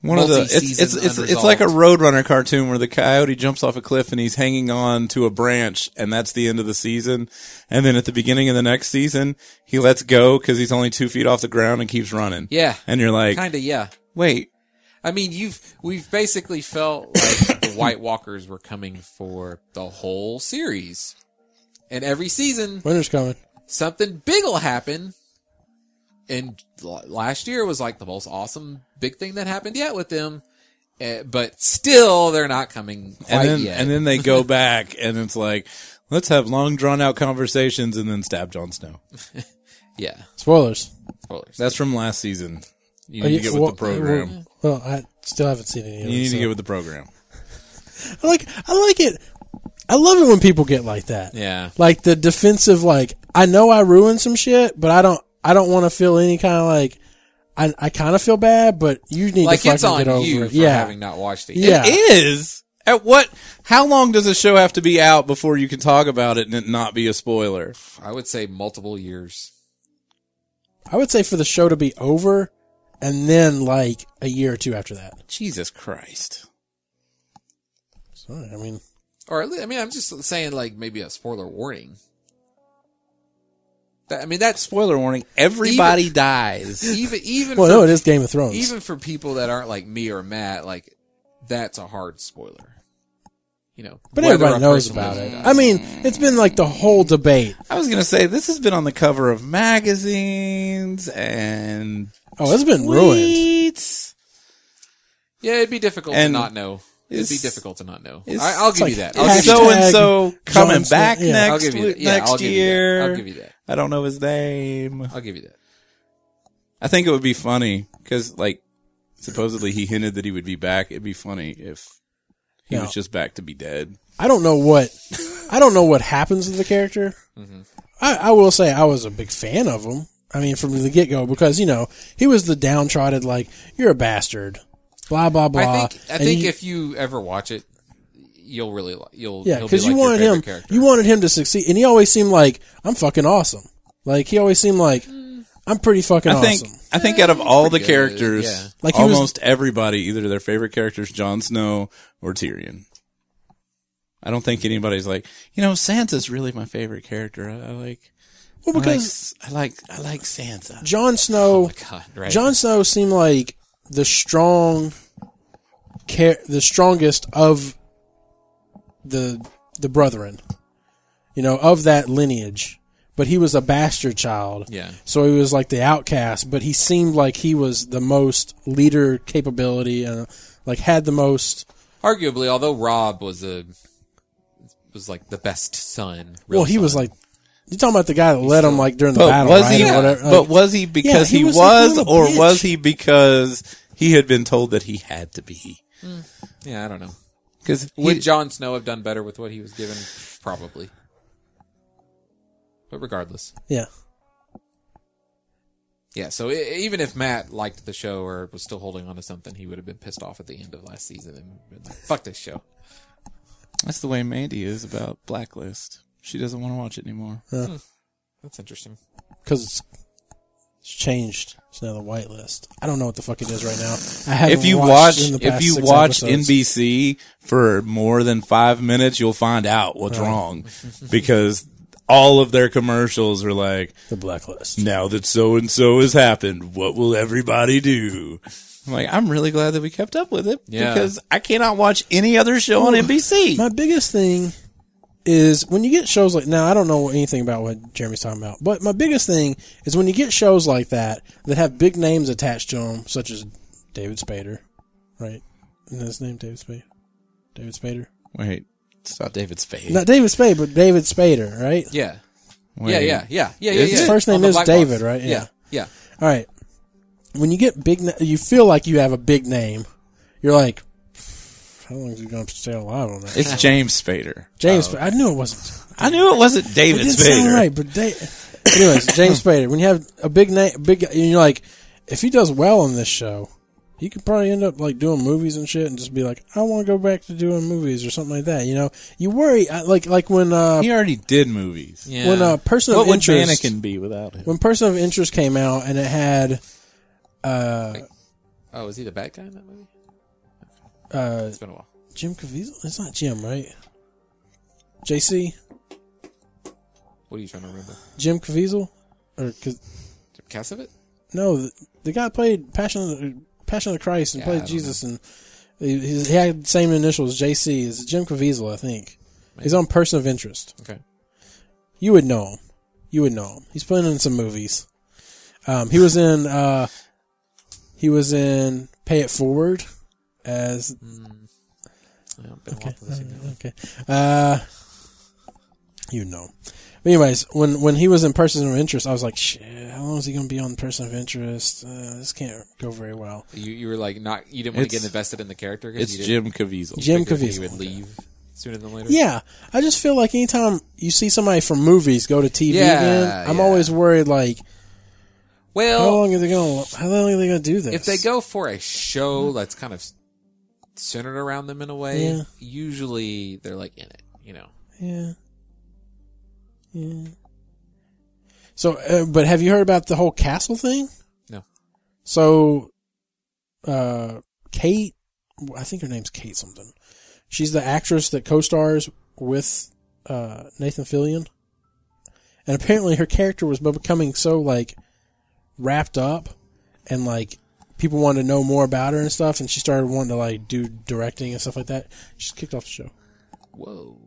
one of the it's it's Multi-season it's, it's unresolved. like a Roadrunner cartoon where the coyote jumps off a cliff and he's hanging on to a branch and that's the end of the season. And then at the beginning of the next season, he lets go because he's only two feet off the ground and keeps running. yeah And you're like, kind of yeah wait, I mean, you've we've basically felt like the White Walkers were coming for the whole series, and every season Winter's coming. something big will happen. And l- last year was like the most awesome big thing that happened yet with them, Uh, but still, they're not coming quite and then yet. and then they go back and it's like let's have long drawn out conversations and then stab Jon Snow. yeah, Spoilers. spoilers. That's from last season. You Oh, need yeah, to get with well, the program. Mm-hmm. Well, I still haven't seen any of it. you need so- to get with the program. I like I like it. I love it when people get like that. yeah, Like the defensive like I know I ruined some shit, but I don't I don't want to feel any kind of like I I kind of feel bad, but you need like to fucking it's on get over you it. for yeah. having not watched it. yet. yeah. It is. At what? How long does a show have to be out before you can talk about it and it not be a spoiler? I would say multiple years. I would say for the show to be over and then like a year or two after that. Jesus Christ! So, I mean, Or at least, I mean, I'm just saying, like maybe a spoiler warning. That, I mean, that's Spoiler warning: Everybody dies. even even well, for, no, it is Game of Thrones. even for people that aren't like me or Matt, like that's a hard spoiler. You know, but whether everybody a knows person about lives it. or not. I mean, it's been like the whole debate. I was gonna say this has been on the cover of magazines and Oh, it's been ruined. tweets. yeah, it'd be difficult to And not know. It'd be it's- difficult to not know. I, it's- I'll give it's you like that. I'll give you hashtag so and so coming John Smith. back Yeah. next I'll give you week- that. Yeah, next I'll give you that. year. I'll give you that. I don't know his name. I'll give you that. I think it would be funny because, like, supposedly he hinted that he would be back. It'd be funny if he No. was just back to be dead. I don't know what I don't know what happens to the character. I, I will say I was a big fan of him. I mean, from the get go, because you know he was the downtrodden, like you're a bastard, blah blah blah. I think I And think you- if you ever watch it, you'll really li- you'll yeah, because because you wanted him, Character. you wanted him to succeed, and he always seemed like I'm fucking awesome. Like he always seemed like I'm pretty fucking I think. awesome. I think out of all the good, characters, yeah. Like, he was- almost everybody, either their favorite characters, Jon Snow or Tyrion. I don't think anybody's like, you know, Sansa's really my favorite character. I, I like, Well, I like, because S- I like, I like Sansa. Jon Snow, Oh God, right? Jon Snow seemed like the strong, char- the strongest of the the brethren, you know, of that lineage. But he was a bastard child, Yeah. So he was like the outcast, but he seemed like he was the most leader capability and like had the most. Arguably, although Rob was a was like the best son. real well, he was son. like you talking about the guy that led him like during the battle, was right? he? Or whatever. Like, but was he because Yeah, he he, was was, a little or bitch. was he because he had been told that he had to be? yeah, I don't know. Because Would Jon Snow have done better with what he was given? Probably. But regardless, yeah, yeah. So i even if Matt liked the show or was still holding on to something, he would have been pissed off at the end of last season and been like, "Fuck this show." that's the way Mandy is about Blacklist. She doesn't want to watch it anymore. That's interesting. because it's, it's changed. It's now the white list. I don't know what the fuck it is right now. I haven't If you watch, watched in the if past you six watch episodes. NBC for more than five minutes, you'll find out what's wrong because all of their commercials are like, the blacklist. now that so and so has happened, what will everybody do? I'm like, I'm really glad that we kept up with it Yeah. because I cannot watch any other show on NBC. My biggest thing is when you get shows like now. I don't know anything about what Jeremy's talking about, but my biggest thing is when you get shows like that that have big names attached to them, such as David Spader, right? And his name David Spader. David Spader. Wait, it's not David Spade. Not David Spade, but David Spader, right? Yeah. Wait. Yeah, yeah, yeah, yeah, yeah. Is yeah. his first On name the is Black David, Box. right? Yeah. Yeah, yeah. All right. When you get big, na- you feel like you have a big name. You're like, how long is he going to stay alive on that? It's James Spader. James, Sp- I knew it wasn't. I knew it wasn't David It didn't Spader. sound right, but they, anyways, James Spader. When you have a big name, big, and you're like, if he does well on this show, he could probably end up like doing movies and shit, and just be like, I want to go back to doing movies or something like that. You know, you worry I- like like when uh He already did movies. Yeah. when uh, a person What of would interest Mannequin be without him? when person of interest came out and it had oh, is he the bad guy in that movie? uh It's been a while. Jim Caviezel, it's not Jim, right? JC What are you trying to remember? Jim Caviezel or 'cause- Cassavet? No, the, the guy played Passion of the, Passion of the Christ and Yeah, I played don't Jesus, and he, he's- he had the same initials, JC. Is Jim Caviezel, I think. He's on Person of Interest. Okay. You would know him. You would know him. He's playing in some movies. Um, he was in. Uh, he was in Pay It Forward as Yeah, been a while for this email. Okay. Uh, you know. But anyways, when when he was in Person of Interest, I was like, shit, how long is he going to be on Person of Interest? Uh, this can't go very well. You you were like not you didn't want to It's- get invested in the character. 'cause It's you Jim Caviezel. Jim figured Caviezel. He would leave sooner than later. Yeah, I just feel like anytime you see somebody from movies go to TV Yeah, again, I'm yeah. always worried like how Well, long are they going to how long are they going to do this? if they go for a show that's kind of centered around them in a way, Yeah. usually they're like in it. You know. yeah, yeah. So, uh, but have you heard about the whole castle thing? No. So, uh, Kate, I think her name's Kate something. She's the actress that co-stars with uh, Nathan Fillion, and apparently her character was becoming so like wrapped up, and like people wanted to know more about her and stuff, and she started wanting to like do directing and stuff like that. She's kicked off the show. Whoa.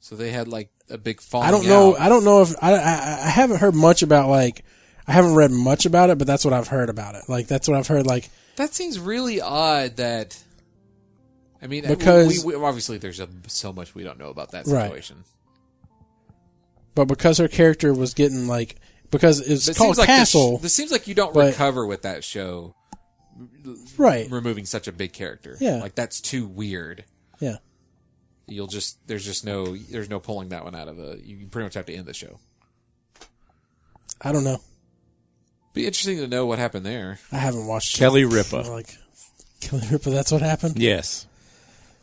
So they had like a big falling. I don't know. out. I don't know if I, I I haven't heard much about like I haven't read much about it, but that's what I've heard about it. Like that's what I've heard. Like That seems really odd that. I mean, Because- because we, we, obviously there's a, so much we don't know about that Right. situation. but because her character was getting like because it's But it called seems like the sh- Castle, this seems like you don't but- recover with that show right? removing such a big character. Yeah. like that's too weird. Yeah, You'll just there's just no there's no pulling that one out of a. You pretty much have to end the show. I don't know. Be interesting to know what happened there. I haven't watched it. Kelly Ripa. Like Kelly Ripa. That's what happened. Yes.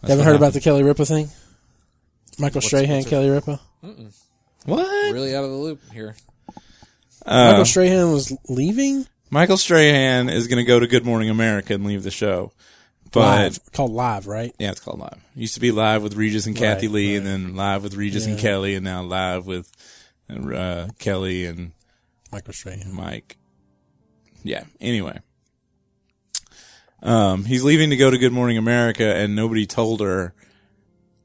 You haven't what heard about the Kelly Ripa thing. Michael Strahan, Kelly Ripa. What? Really out of the loop here. Uh, Michael Strahan was leaving Michael Strahan is going to go to Good Morning America and leave the show. But live, called live, right? yeah, it's called live. It used to be live with Regis and Kathy Right, Lee, and then live with Regis and Yeah. Kelly, and now live with uh, Kelly and Michael Strahan. Mike. Yeah. Anyway, um, he's leaving to go to Good Morning America, and nobody told her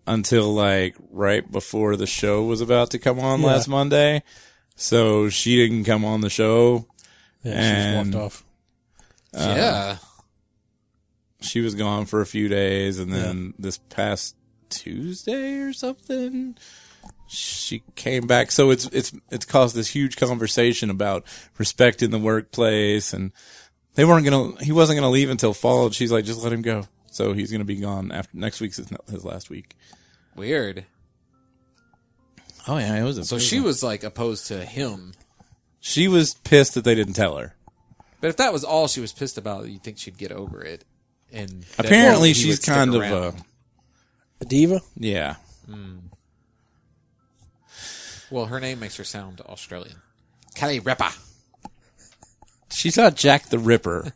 until like right before the show was about to come on Yeah. last Monday. So she didn't come on the show. Yeah, she And- just walked off. Uh, yeah, She was gone for a few days, and then this past Tuesday or something. She came back, so it's it's it's caused this huge conversation about respect in the workplace and they weren't gonna he wasn't gonna leave until fall and she's like just let him go so he's gonna be gone after next week's his, his last week weird. oh yeah it was So she was like opposed to him. she was pissed that they didn't tell her But if that was all she was pissed about, you'd think she'd get over it. And that apparently he would she's stick kind of uh, around. a A diva. yeah well, her name makes her sound Australian. Kelly Ripa. she's not jack the ripper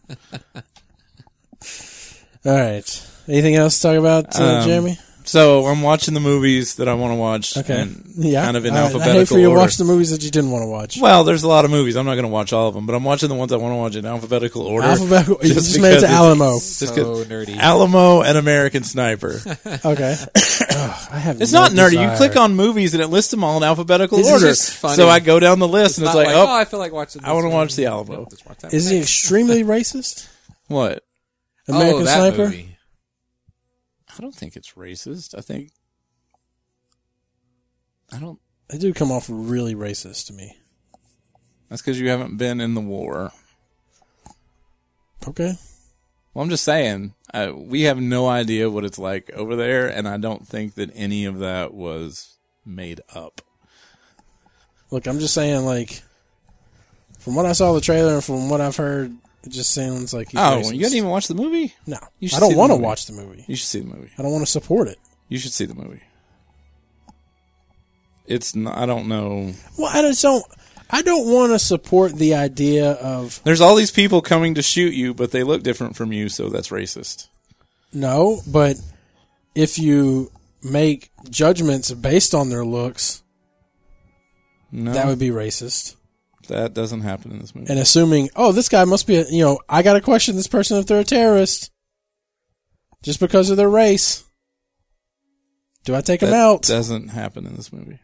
All right. Anything else to talk about, uh, Um, Jeremy? so i'm watching the movies that i want to watch Okay. and Yeah. kind of in All right. alphabetical I hate for you to order watch the movies that you didn't want to watch. well there's a lot of movies i'm not gonna watch all of them but i'm watching the ones i want to watch in alphabetical order Alphabetical. you just just made it because to it's- Alamo. So 'cause- nerdy. alamo and american sniper Okay. Ugh, I have. It's no not nerdy. desire. You click on movies and it lists them all in alphabetical This is order. just funny. So I go down the list and Not it's like, like, oh, I feel like watching. I wanna this watch one. The Alamo. Nope, let's watch that Is one. he extremely racist? what? American oh, that Sniper. Movie. I don't think it's racist. I think I don't. They do come off really racist to me. That's because you haven't been in the war. Okay. Well, I'm just saying uh, we have no idea what it's like over there, and I don't think that any of that was made up. Look, I'm just saying, like, from what I saw the trailer and from what I've heard, it just sounds like he's Oh, racist. you didn't even watch the movie? No, you should I see don't the want to movie. watch the movie. You should see the movie. I don't want to support it. You should see the movie. It's not, I don't know. Well, I just don't. I don't want to support the idea of There's all these people coming to shoot you, but they look different from you, so that's racist. no, but if you make judgments based on their looks, No, that that, would be racist. doesn't happen in this movie. and assuming, oh, this guy must be, a, you know, I got to question this person if they're a terrorist just because of their race. Do I take that him out? doesn't happen in this movie.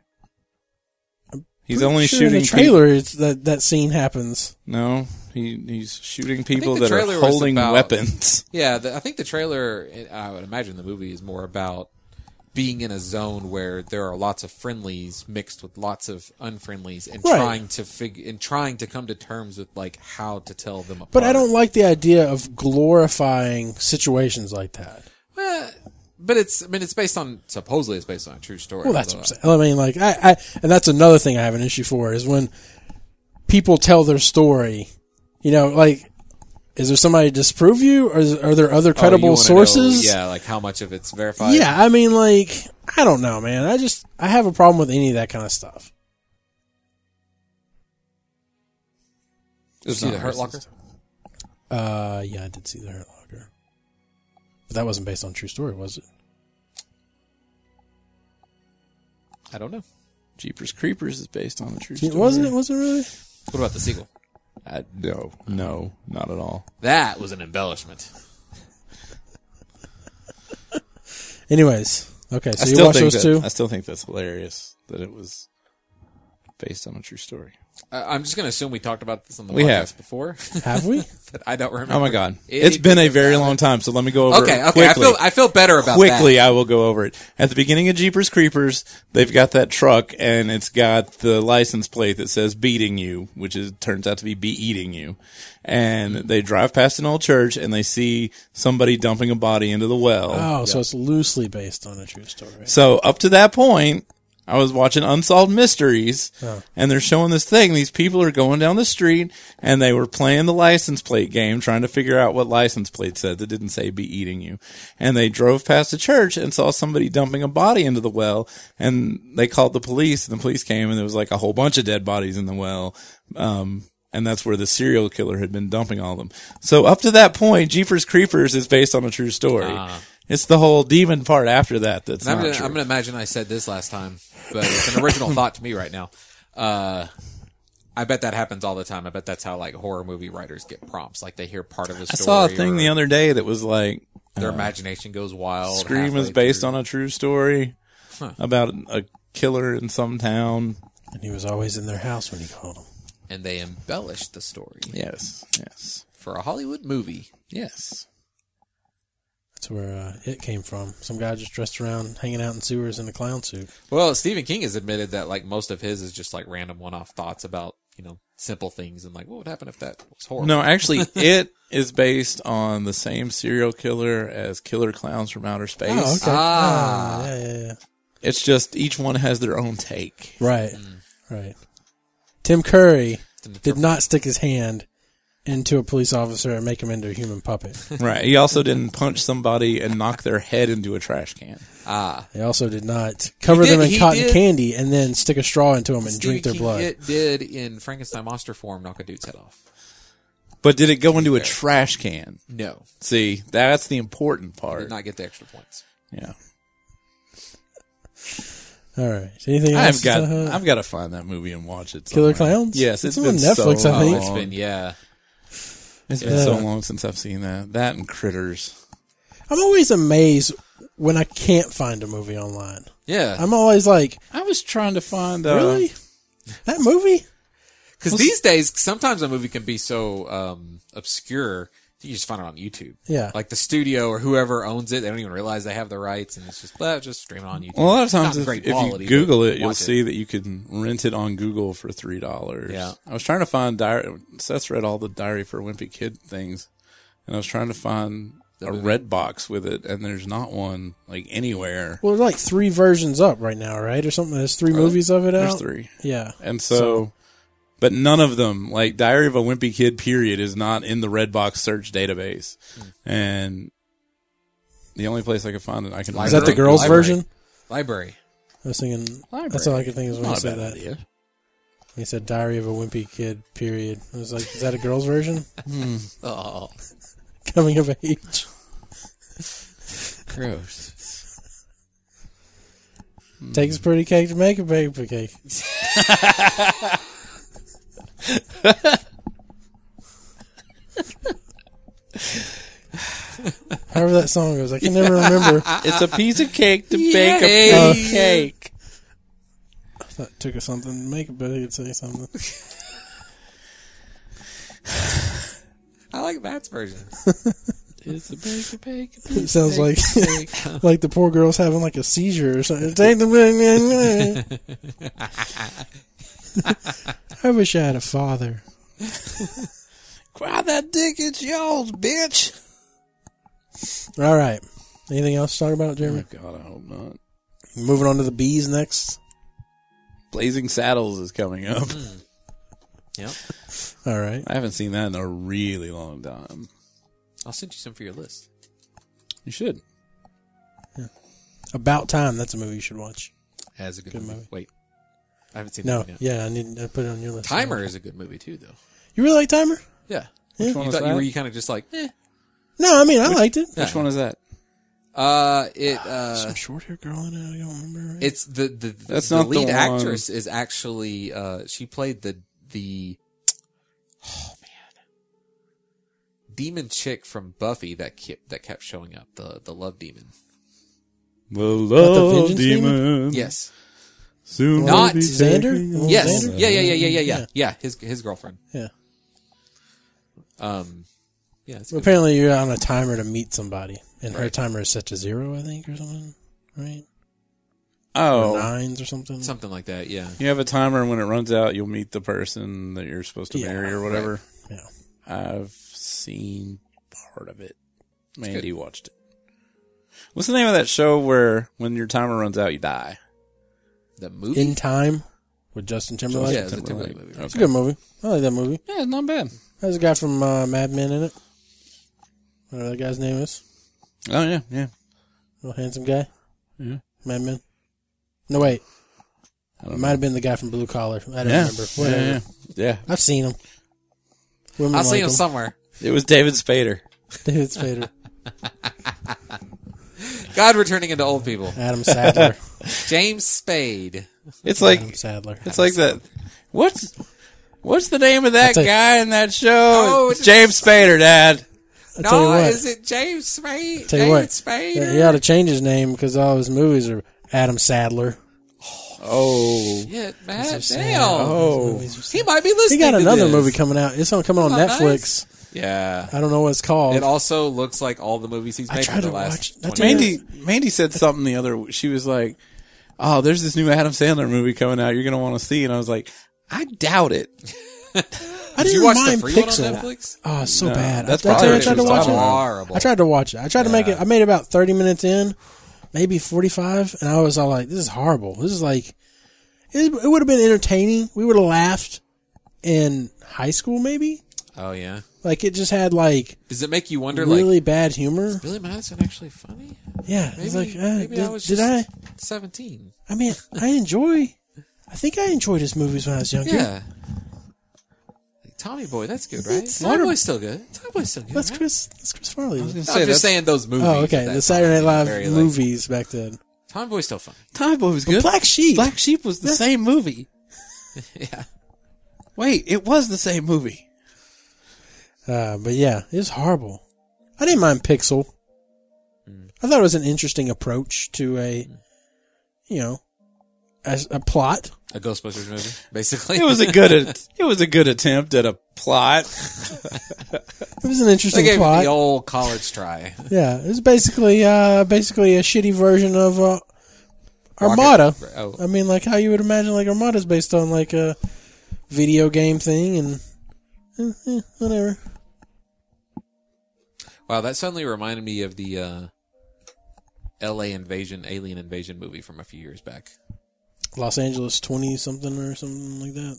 He's only Sure, shooting in the peop- trailer. It's that that scene happens. No, he he's shooting people the that trailer are was holding about- weapons. Yeah, the, I think the trailer, and I would imagine the movie is more about being in a zone where there are lots of friendlies mixed with lots of unfriendlies, and Right. trying to fig and trying to come to terms with like how to tell them apart. But I don't like the idea of glorifying situations like that. Eh, but it's. I mean, it's based on. Supposedly, it's based on a true story. uh, Well, that's although what I'm saying. I mean, like I, I, and that's another thing I have an issue for is when people tell their story. You know, like is there somebody to disprove you, or is, are there other Oh, you credible wanna know, sources? yeah, like how much of it's verified. Yeah, I mean, like I don't know, man. I just I have a problem with any of that kind of stuff. It's See not the Hurt racist. Locker. Uh, yeah, I did see the Hurt Locker, but that wasn't based on true story, was it? I don't know. Jeepers Creepers is based on a true It story. wasn't. It wasn't really. What about the sequel? I, no, no, not at all. That was an embellishment. Anyways, okay. I So you still watch think those that, two. I still think that's hilarious that it was based on a true story. I, I'm just going to assume we talked about this on the We podcast have. before, Have we? but I don't remember. Oh my god, It- it's been a very long time. So let me go over. Okay, it okay. quickly. I feel I feel better about quickly I will go over it. At the beginning of Jeepers Creepers, they've got that truck and it's got the license plate that says beating you, which is turns out to be be eating you. And they drive past an old church and they see somebody dumping a body into the well. Oh, so it's loosely based on a true story. So up to that point, I was watching Unsolved Mysteries, and they're showing this thing. These people are going down the street, and they were playing the license plate game, trying to figure out what license plate said that didn't say "be eating you." And they drove past a church and saw somebody dumping a body into the well, and they called the police. And the police came, and there was like a whole bunch of dead bodies in the well. Um, and that's where the serial killer had been dumping all of them. So up to that point, Jeepers Creepers is based on a true story. It's the whole demon part after that that's Ah. And I'm not gonna, true. I'm gonna imagine I said this last time, but it's an original thought to me right now. Uh, I bet that happens all the time. I bet that's how like horror movie writers get prompts. Like they hear part of the I story. saw a thing the or other day that was like Their imagination goes wild. Scream is halfway based through. on a true story about a killer in some town. And he was always in their house when he called them. and they embellish the story Yes, yes, for a Hollywood movie. yes. That's where uh, it came from. Some guy just dressed around, hanging out in sewers in a clown suit. Well, Stephen King has admitted that like most of his is just like random one-off thoughts about you know simple things and like what would happen if that was horrible. No, actually, it is based on the same serial killer as Killer Clowns from Outer Space. Oh, okay. Ah. Ah, yeah, yeah, yeah. It's just each one has their own take. Right, right. Tim Curry Tim did not stick his hand into a police officer and make him into a human puppet. right. He also didn't punch somebody and knock their head into a trash can. ah, They also did not cover did- them in he cotton did- candy and then stick a straw into them and Stephen drink their King blood. It did in Frankenstein monster form knock a dude's head off. But did it go into a trash can? No, See, that's the important did part. not get the extra points. Yeah. All right. Anything else? I've got Uh, I've got to find that movie and watch it. Killer somewhere. Clowns? Yes, It's it's on been Netflix, So I think. Long. It's been yeah. It's been so long since I've seen that. That and Critters. I'm always amazed when I can't find a movie online. Yeah, I'm always like, I was trying to find. Uh, really? that movie? because these days sometimes a movie can be so um, obscure you just find it on YouTube. Yeah. like the studio or whoever owns it, they don't even realize they have the rights, and it's just well, just stream it on YouTube. Well, a lot of times, Not if, great if quality, you Google but it, you'll watch see that you can rent it on Google for three dollars. Yeah. I was trying to find diary. Seth's read all the Diary for a Wimpy Kid things, and I was trying to find a red box with it, and there's not one like anywhere. Well, there's like three versions up right now, right? Or something. There's three movies of it out. There's three. Yeah. And so, but none of them, like Diary of a Wimpy Kid, period, is not in the Redbox search database. And the only place I could find it, I can Is that the Library. girls' Library. version? Library. I was thinking. That's all I could think of when you Not a said bad that. idea. He said "Diary of a Wimpy Kid." Period. I was like, "Is that a girls' version? Oh, Coming of age?" gross. Hmm. Takes a pretty cake to make a baby cake. However that song goes, I can never remember. Uh, It's a piece of cake to bake a Yay. piece of cake. Thought it took us something to make it, but it could say something. I like Matt's version. It's a bacon, bacon. It sounds like like the poor girl's having like a seizure or something. Take the I wish I had a father. Cry that dick, it's yours, bitch. All right. Anything else to talk about, Oh, Jeremy? God, I hope not. Moving on to the bees next. Blazing Saddles is coming up. Yep. All right. I haven't seen that in a really long time. I'll send you some for your list. You should. About time. That's a movie you should watch. As a good, Good movie. movie. Wait, I haven't seen No. that one yet. Yeah, I need to put it on your list. Timer is a good movie too, though. You really like Timer? Yeah. Which one You is thought you were that? you kind of just like, eh. No, I mean I liked it. Which one is that? Uh, it Ah, uh, Some short hair girl in it. I don't remember. Right? it's the the, the, That's the not the lead one. actress is actually uh she played the the oh man demon chick from Buffy that kept that kept showing up the the love demon. Mm-hmm. The Love Vengeance Demon. Yes. Soon will Not be Xander? taking Yes. Xander? over. Yeah, yeah, yeah, yeah, yeah, yeah. Yeah. Yeah, his his girlfriend. yeah. Um yeah, it's a Well, good. apparently you're on a timer to meet somebody, and her timer is set to zero, I think, or something, right? Or Oh, nines or something. something like that, yeah. you have a timer, and when it runs out, you'll meet the person that you're supposed to Yeah, marry or whatever. Yeah. I've seen part of it. Mandy watched it. What's the name of that show where when your timer runs out, you die? The movie? In time with Justin Timberlake. yeah, it's a Timberlake movie. It's a good movie. I like that movie. Yeah, it's not bad. There's a guy from uh, Mad Men in it. Whatever that guy's name is. Oh yeah, yeah. Little handsome guy. Yeah. Mad Men. No wait. I It don't might have been the guy from Blue Collar. I don't yeah. remember. Yeah, Whatever. yeah, yeah. I've seen him. Women I'll see like him somewhere. It was David Spader. David Spader, God we're turning into old people. Adam Sadler, James Spade. It's like Adam Sadler. it's like that. What's what's the name of that That's a- guy in that show? Oh, it's it's- James Spader, Dad. I tell you No, what, is it James Spade? tell you David what, Spade? he ought to change his name because all his movies are Adam Sadler. Oh, Yeah, Matt, So sad. damn. All his movies are sad. He might be listening. Oh. He got to another this. movie coming out. It's on coming on Oh, Netflix. Yeah. I don't know what it's called. It also looks like all the movies he's I made tried for the to last. watch- that 20 dude- years. Mandy Mandy said something the other. She was like, "Oh, there's this new Adam Sandler movie coming out. You're gonna want to see." And I was like, "I doubt it." I Did didn't you watch the mind free Pixar. one on Netflix? Oh, it's so No, bad. that's That's I, probably I tried to what watch she was it. Horrible. I tried to watch it. I tried to make it. I made about thirty minutes in, maybe forty-five, and I was all like, "This is horrible. This is like, it, it would have been entertaining. We would have laughed in high school, maybe. Oh yeah. Like it just had like Does it make you wonder? really like, bad humor. Billy Madison actually funny? Yeah, Maybe, it's like, uh, maybe did, I was did I? just seventeen. I mean, I enjoy. I think I enjoyed his movies when I was younger. Yeah. Like, Tommy Boy, that's good, right? It's Tommy Water- Boy's still good. Tommy Boy's still good. that's right? Chris. That's Chris Farley. I was gonna No, say, I'm just that's- saying those movies. Oh, okay. at that The Saturday Night time. Live Very, like, movies back then. Tommy Boy's still funny. Tommy Boy was good. Black Sheep. Black Sheep was the same movie. yeah. Wait, it was the same movie. Uh, but yeah, it was horrible. I didn't mind Pixel. Hmm. I thought it was an interesting approach to a, you know, a, a plot. A Ghostbusters movie, basically. It was a good. At, it was a good attempt at a plot. It was an They interesting gave it plot. the old college try. yeah, it was basically uh, basically a shitty version of uh, Armada. Rocket- oh. I mean, like how you would imagine, like Armada's based on like a video game thing and eh, eh, whatever. Wow, that suddenly reminded me of the uh, L.A. invasion, alien invasion movie from a few years back. Los Angeles twenty something or something like that.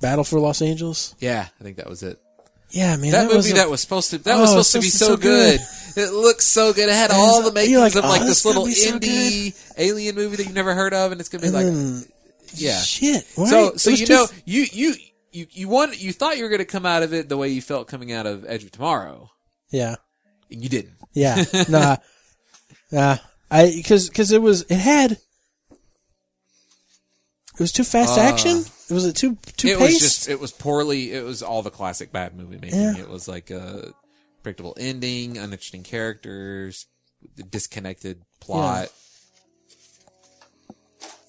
Battle for Los Angeles. Yeah, I think that was it. Yeah, man, that, movie was a- that was supposed to that Oh, was it's supposed to be supposed to be so so good. It looks so good. It had all the makings you're like, of "Oh, like this is this gonna little be so indie alien movie that you've never heard of, and it's gonna be And like, then- yeah. Shit. Right? So, so It was you too- know, you you you you want you thought you were gonna come out of it the way you felt coming out of Edge of Tomorrow, Yeah. and you didn't. Yeah. nah. Nah. I because because it was it had. It was too fast Uh, action. It was it too too it was paced. just it was poorly it was all the classic bad movie making Yeah. it was like a predictable ending uninteresting characters disconnected plot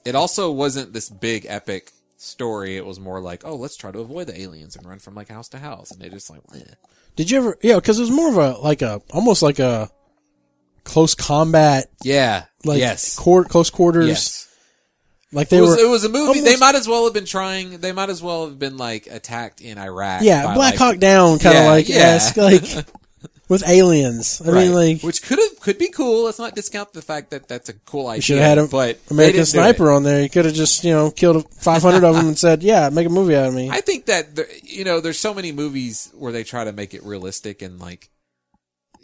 It also wasn't this big epic story. It was more like, oh, let's try to avoid the aliens and run from like house to house, and it just like, eh. Did you ever? Yeah, because it was more of a like a almost like a close combat, yeah, like yes, quar- close quarters. yes. Like It they was, were. it was a movie. they almost- might as well have been trying. They might as well have been like attacked in Iraq. yeah, by, Black like- Hawk Down kind of Yeah, like yeah. esque, like with aliens. I mean, Right. like which could have could be cool. Let's not discount the fact that that's a cool idea. you should have had a but they American didn't do Sniper it. on there. You could have just you know killed 500 of them and said, "Yeah, make a movie out of me." I think that there, you know, there's so many movies where they try to make it realistic and like,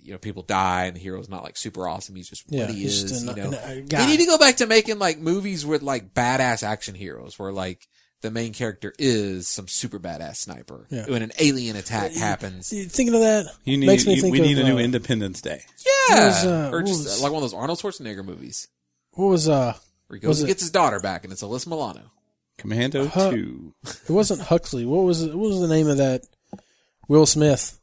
you know, people die and the hero's not like super awesome. He's just Yeah, what he he's is. just you a- know, a- a guy. they need to go back to making like movies with like badass action heroes, where like the main character is some super badass sniper. Yeah. When an alien attack happens, You Thinking of that You need, makes me you- think we of, need a new uh, Independence Day. yeah, was, uh, or what just was- uh, like one of those Arnold Schwarzenegger movies what was uh where he Was goes and it- gets his daughter back, and it's Alyssa Milano. Commando Huh. 2. it wasn't Huxley. What was it? what was the name of that Will Smith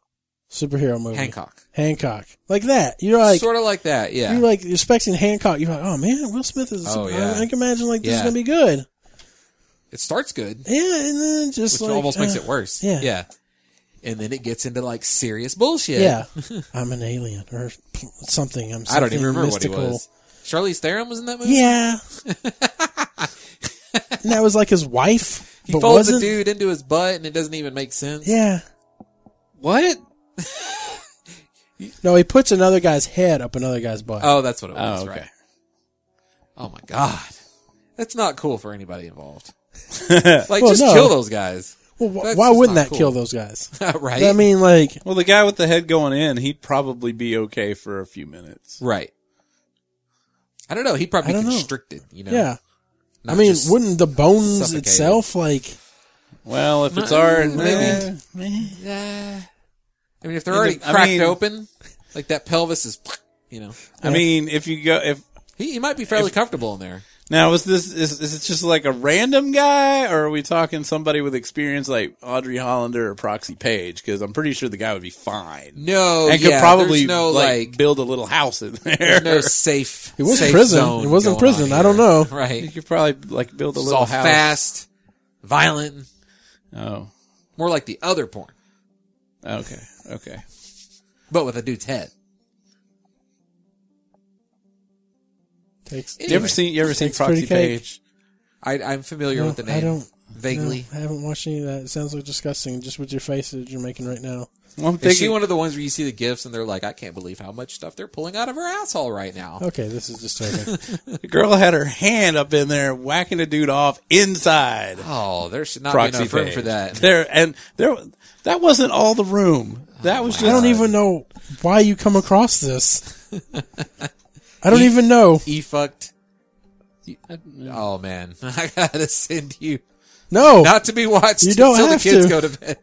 superhero movie? Hancock. Hancock. Like that. You're like sort of like that, yeah. you're like expecting Hancock. You're like, oh man, Will Smith is. Oh, I- yeah. I, can imagine like this is Yeah. gonna be good. it starts good, Yeah, and then just which like almost makes uh, it worse. yeah. yeah. And then it gets into like serious bullshit. Yeah, I'm an alien or p- something. I'm. Something I don't even remember mystical. what he was. Charlize Theron was in that movie. Yeah. and that was like his wife, he but folds a wasn't. dude into his butt, and it doesn't even make sense. Yeah. What? No, he puts another guy's head up another guy's butt. Oh, that's what it was. Oh, okay. Right. Oh my god, that's not cool for anybody involved. like, Well, just no. kill those guys, well, wh- that's why just wouldn't not that cool. kill those guys? right? I mean, like, Well, the guy with the head going in, he'd probably be okay for a few minutes. right. I don't know. He probably I don't know. constricted. You know. yeah. I Not mean, just- wouldn't the bones suffocated. itself like? Well, if it's Mm, art, maybe. eh, meh. Yeah. I mean, if they're You already know, I cracked mean- open, like that pelvis is, you know, I mean, if you go, if he, he might be fairly comfortable in there. now is this is, is it just like a random guy, or are we talking somebody with experience like Audrey Hollander or Proxy Page? Because I'm pretty sure the guy would be fine No, Oh, and yeah, could probably there's no like, build a little house in there. there's no safe. It wasn't safe prison. zone It wasn't going prison. on I here. don't know. Right, you it could probably like build a was little all house. fast, violent, Oh, more like the other porn, okay, okay. but with a dude's head. Takes, You ever Anyway, seen you ever seen It's pretty Proxy cake. Page? I, I'm familiar No, with the name. I don't- vaguely. No, I haven't watched any of that. It sounds like disgusting. Just with your face that you're making right now. Well, I'm Is she thinking one of the ones where you see the gifts and they're like, I can't believe how much stuff they're pulling out of her asshole right now. Okay, this is disturbing. the girl had her hand up in there whacking a dude off inside. Oh, there should not be Proxy enough room Page. for that. There and there that wasn't all the room. That Oh was just I don't even know why you come across this. I don't even know. E fucked. Oh man, I gotta send you No, not to be watched You don't until have the kids to. go to bed.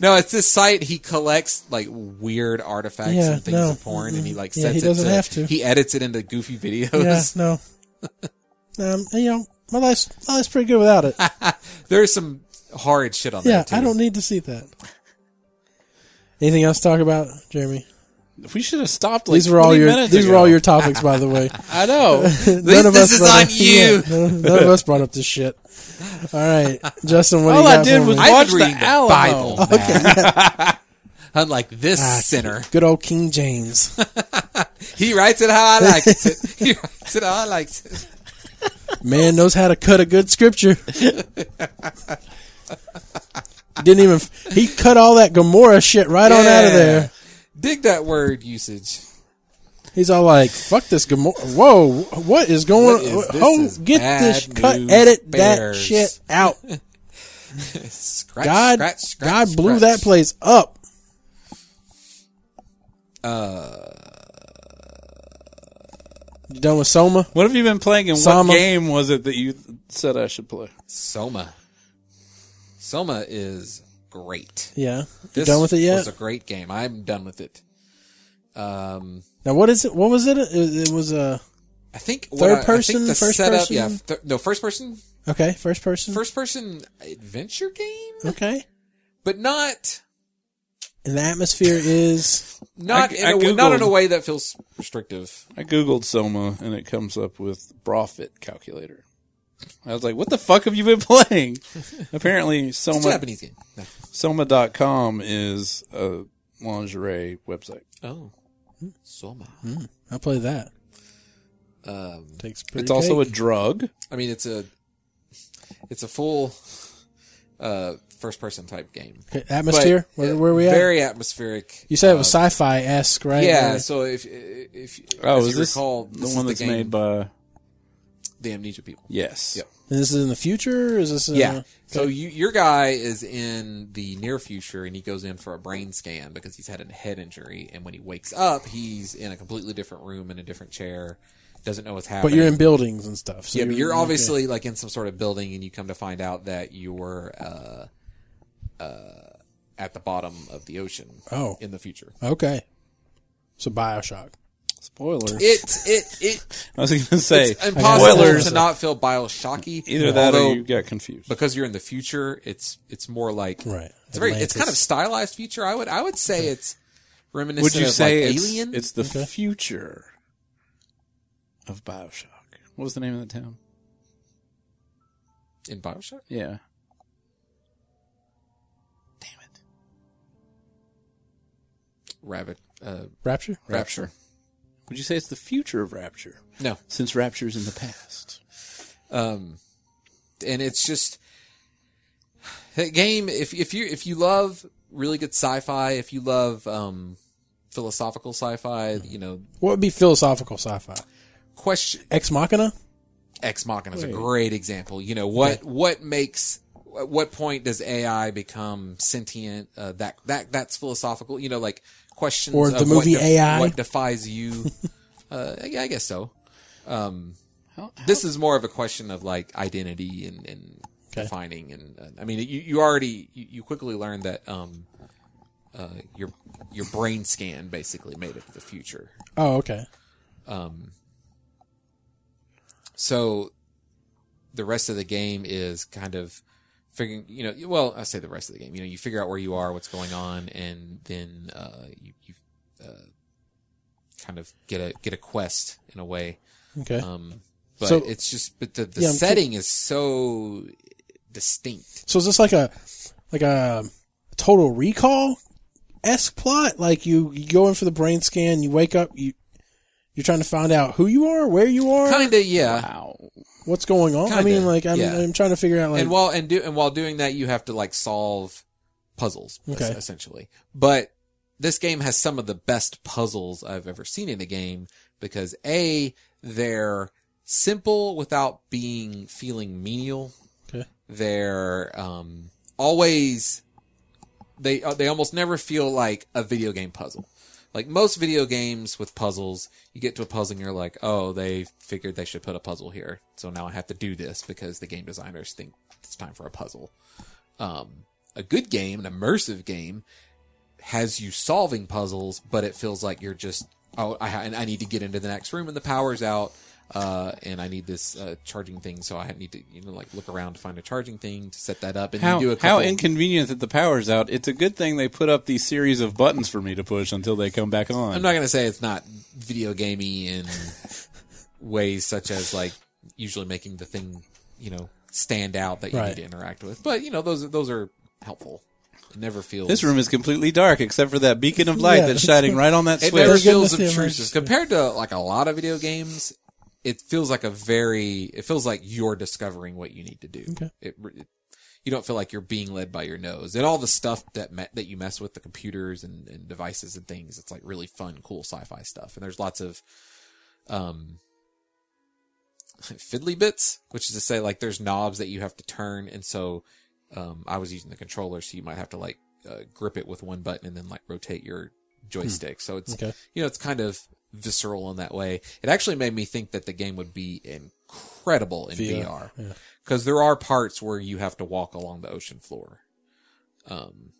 No, it's this site he collects like weird artifacts Yeah, and things no. of porn, and he like Yeah, sets he it doesn't to, have to. He edits it into goofy videos. yeah, no. Um, you know, my life's my life's pretty good without it. There's some horrid shit on Yeah, there. Too. I don't need to see that. Anything else to talk about, Jeremy? We should have stopped. Like These were all 20 your minutes these were ago. all your topics, by the way. I know. none of us this is brought on up- you. Yeah, none, none of us brought up this shit. All right, Justin, what do all you got I did for was me? I've watch been the reading the Alamo. Bible. man. Unlike this Ah, sinner, Good old King James. he writes it how I like it. He writes it how I like it. Man knows how to cut a good scripture. Didn't even he cut all that Gomorrah shit right on out of Yeah. there. Dig that word usage. He's all like, "Fuck this Gomorrah! Whoa, what is going? What is- this oh, is get this bad cut, news edit bears." that shit out." Scratch, God, scratch, scratch, God blew scratch. that place up. Uh, you done with Soma? What have you been playing? And Sama. what game was it that you said I should play? Soma. Soma is great. Yeah, you done with it was yet? a great game. I'm done with it. Um, now what is it? What was it? It, it was uh, a I think what Third I- I think person, the first setup, person? Yeah, th- no, first person, okay, first person. first person adventure game, Okay, but not and the atmosphere is not I- in I a way- not in a Googled. way that feels restrictive. I googled Soma and it comes up with profit calculator. I was like, what the fuck have you been playing? Apparently, It's a Soma, Japanese game. No. Soma.com is a lingerie website. Oh, Soma. I play that. Um, Takes pretty It's also a cake. drug. I mean, it's a it's a full uh, first person type game. Okay, atmosphere. But, where, uh, where we at? Very atmospheric. You uh, said it was sci-fi esque, right? yeah. Or- So if if Oh, as is you this recall, the this is one that's game, made by? the Amnesia people. Yes. Yep. And this is in the future. Is this? In Yeah. the- So you, your guy is in the near future and he goes in for a brain scan because he's had a head injury. And when he wakes up, he's in a completely different room in a different chair, doesn't know what's happening. but you're in buildings and stuff. So yeah, but you're obviously like in some sort of building and you come to find out that you're, uh, uh, at the bottom of the ocean. Oh. In the future. okay. So Bioshock. Spoilers. It's, it, it, I was going to say it's impossible spoilers. to not feel bioshocky. Either that although- or you got confused. because you're in the future, it's it's more like Right. It's very it's Atlantis. kind of stylized future. I would I would say it's reminiscent Would you of say like it's, Alien. it's the future of Bioshock? What was the name of the town? in Bioshock. Yeah. Damn it. Rabbit uh, Rapture. Rapture. Would you say it's the future of Rapture? No, Since Rapture's in the past. um, and it's just that game. If if you if you love really good sci-fi, if you love um, philosophical sci-fi, Mm-hmm. you know, What would be philosophical sci-fi? question Ex Machina. Ex Machina is a great example. You know what what makes at what point does AI become sentient? Uh, that that that's philosophical. You know, like questions Or of the what movie AI? What defies you? uh, yeah, I guess so. Um, How, how- This is more of a question of like identity and, and defining. And uh, I mean, you, you already you, you quickly learned that um, uh, your your brain scan basically made it to the future. Oh, okay. Um, So the rest of the game is kind of figuring, you know, well, I say the rest of the game, you know, you figure out where you are, what's going on, and then, uh, you, you, uh, kind of get a, get a quest in a way. Okay. Um, but So- it's just, but the, the Yeah, I'm cu- setting is so distinct. so is this like a like a Total Recall esque plot? Like you, you go in for the brain scan, you wake up, you you're trying to find out who you are, where you are, Kinda, yeah. wow. what's going on. I Kinda, mean, like I'm yeah. I'm trying to figure out like and while, and do, and while doing that, you have to like solve puzzles, es- Okay. essentially. But this game has some of the best puzzles I've ever seen in a game because A, they're simple without being feeling menial. Okay. They're um, always they uh, they almost never feel like a video game puzzle. Like most video games with puzzles, you get to a puzzle and you're like, "Oh, they figured they should put a puzzle here, so now I have to do this because the game designers think it's time for a puzzle." Um, a good game, an immersive game, has you solving puzzles, but it feels like you're just oh, I, ha- I need to get into the next room and the power's out, uh, and I need this uh, charging thing, so I need to you know like look around to find a charging thing to set that up, and you do How, a couple. how inconvenient that the power's out. It's a good thing they put up these series of buttons for me to push until they come back on. I'm not gonna say it's not video gamey in ways such as like usually making the thing you know stand out that you Right. need to interact with, but you know those those are helpful. It never feels this room is completely dark except for that beacon of light Yeah. that's shining right on that It switch. never Very good feels with the obtrusive immersive. compared to like a lot of video games. It feels like a very. It feels like you're discovering what you need to do. Okay. It, it- you don't feel like you're being led by your nose and all the stuff that me, that you mess with the computers and, and devices and things. It's like really fun, cool sci-fi stuff. And there's lots of um fiddly bits, which is to say like there's knobs that you have to turn, and so um, I was using the controller, so you might have to like uh, grip it with one button and then like rotate your joystick. So it's Hmm. Okay. you know it's kind of visceral in that way. It actually made me think that the game would be incredible in VR, VR yeah. because there are parts where you have to walk along the ocean floor. Um,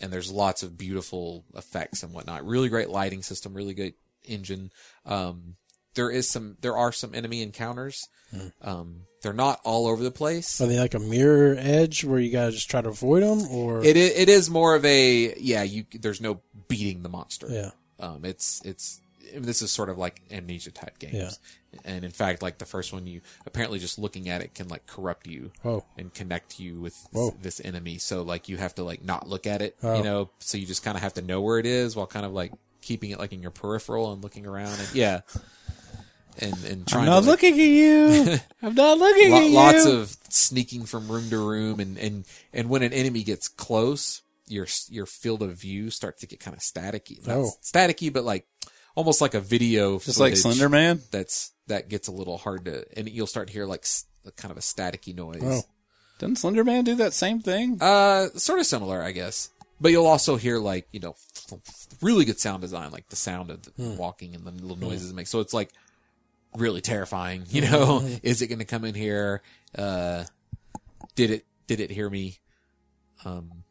and there's lots of beautiful effects and whatnot. Really great lighting system, really good engine. Um, there is some, there are some enemy encounters. Hmm. Um, they're not all over the place. are they like a mirror edge where you gotta just try to avoid them, or It is, it is more of a yeah. You there's no beating the monster. yeah, Um, it's it's this is sort of like amnesia type games. And in fact, like the first one, you apparently just looking at it can like corrupt you Whoa. and connect you with this, Whoa. this enemy. So like you have to like not look at it, Oh. you know. So you just kind of have to know where it is while kind of like keeping it like in your peripheral and looking around. And, yeah. And and trying to like, at you. I'm not looking Lo- lots of sneaking from room to room and, and, and when an enemy gets close, your, your field of view starts to get kind of staticky. Not Oh. staticky, but like almost like a video. just like footage Slender Man. That's, that gets a little hard to, and you'll start to hear like s- kind of a staticky noise. Oh. Doesn't Slender Man do that same thing? Uh, sort of similar, I guess. But you'll also hear like you know, really good sound design, like the sound of the Hmm. walking and the little noises it makes. So it's like really terrifying. You Hmm. know, is it going to come in here? Uh, did it? Did it hear me? Um,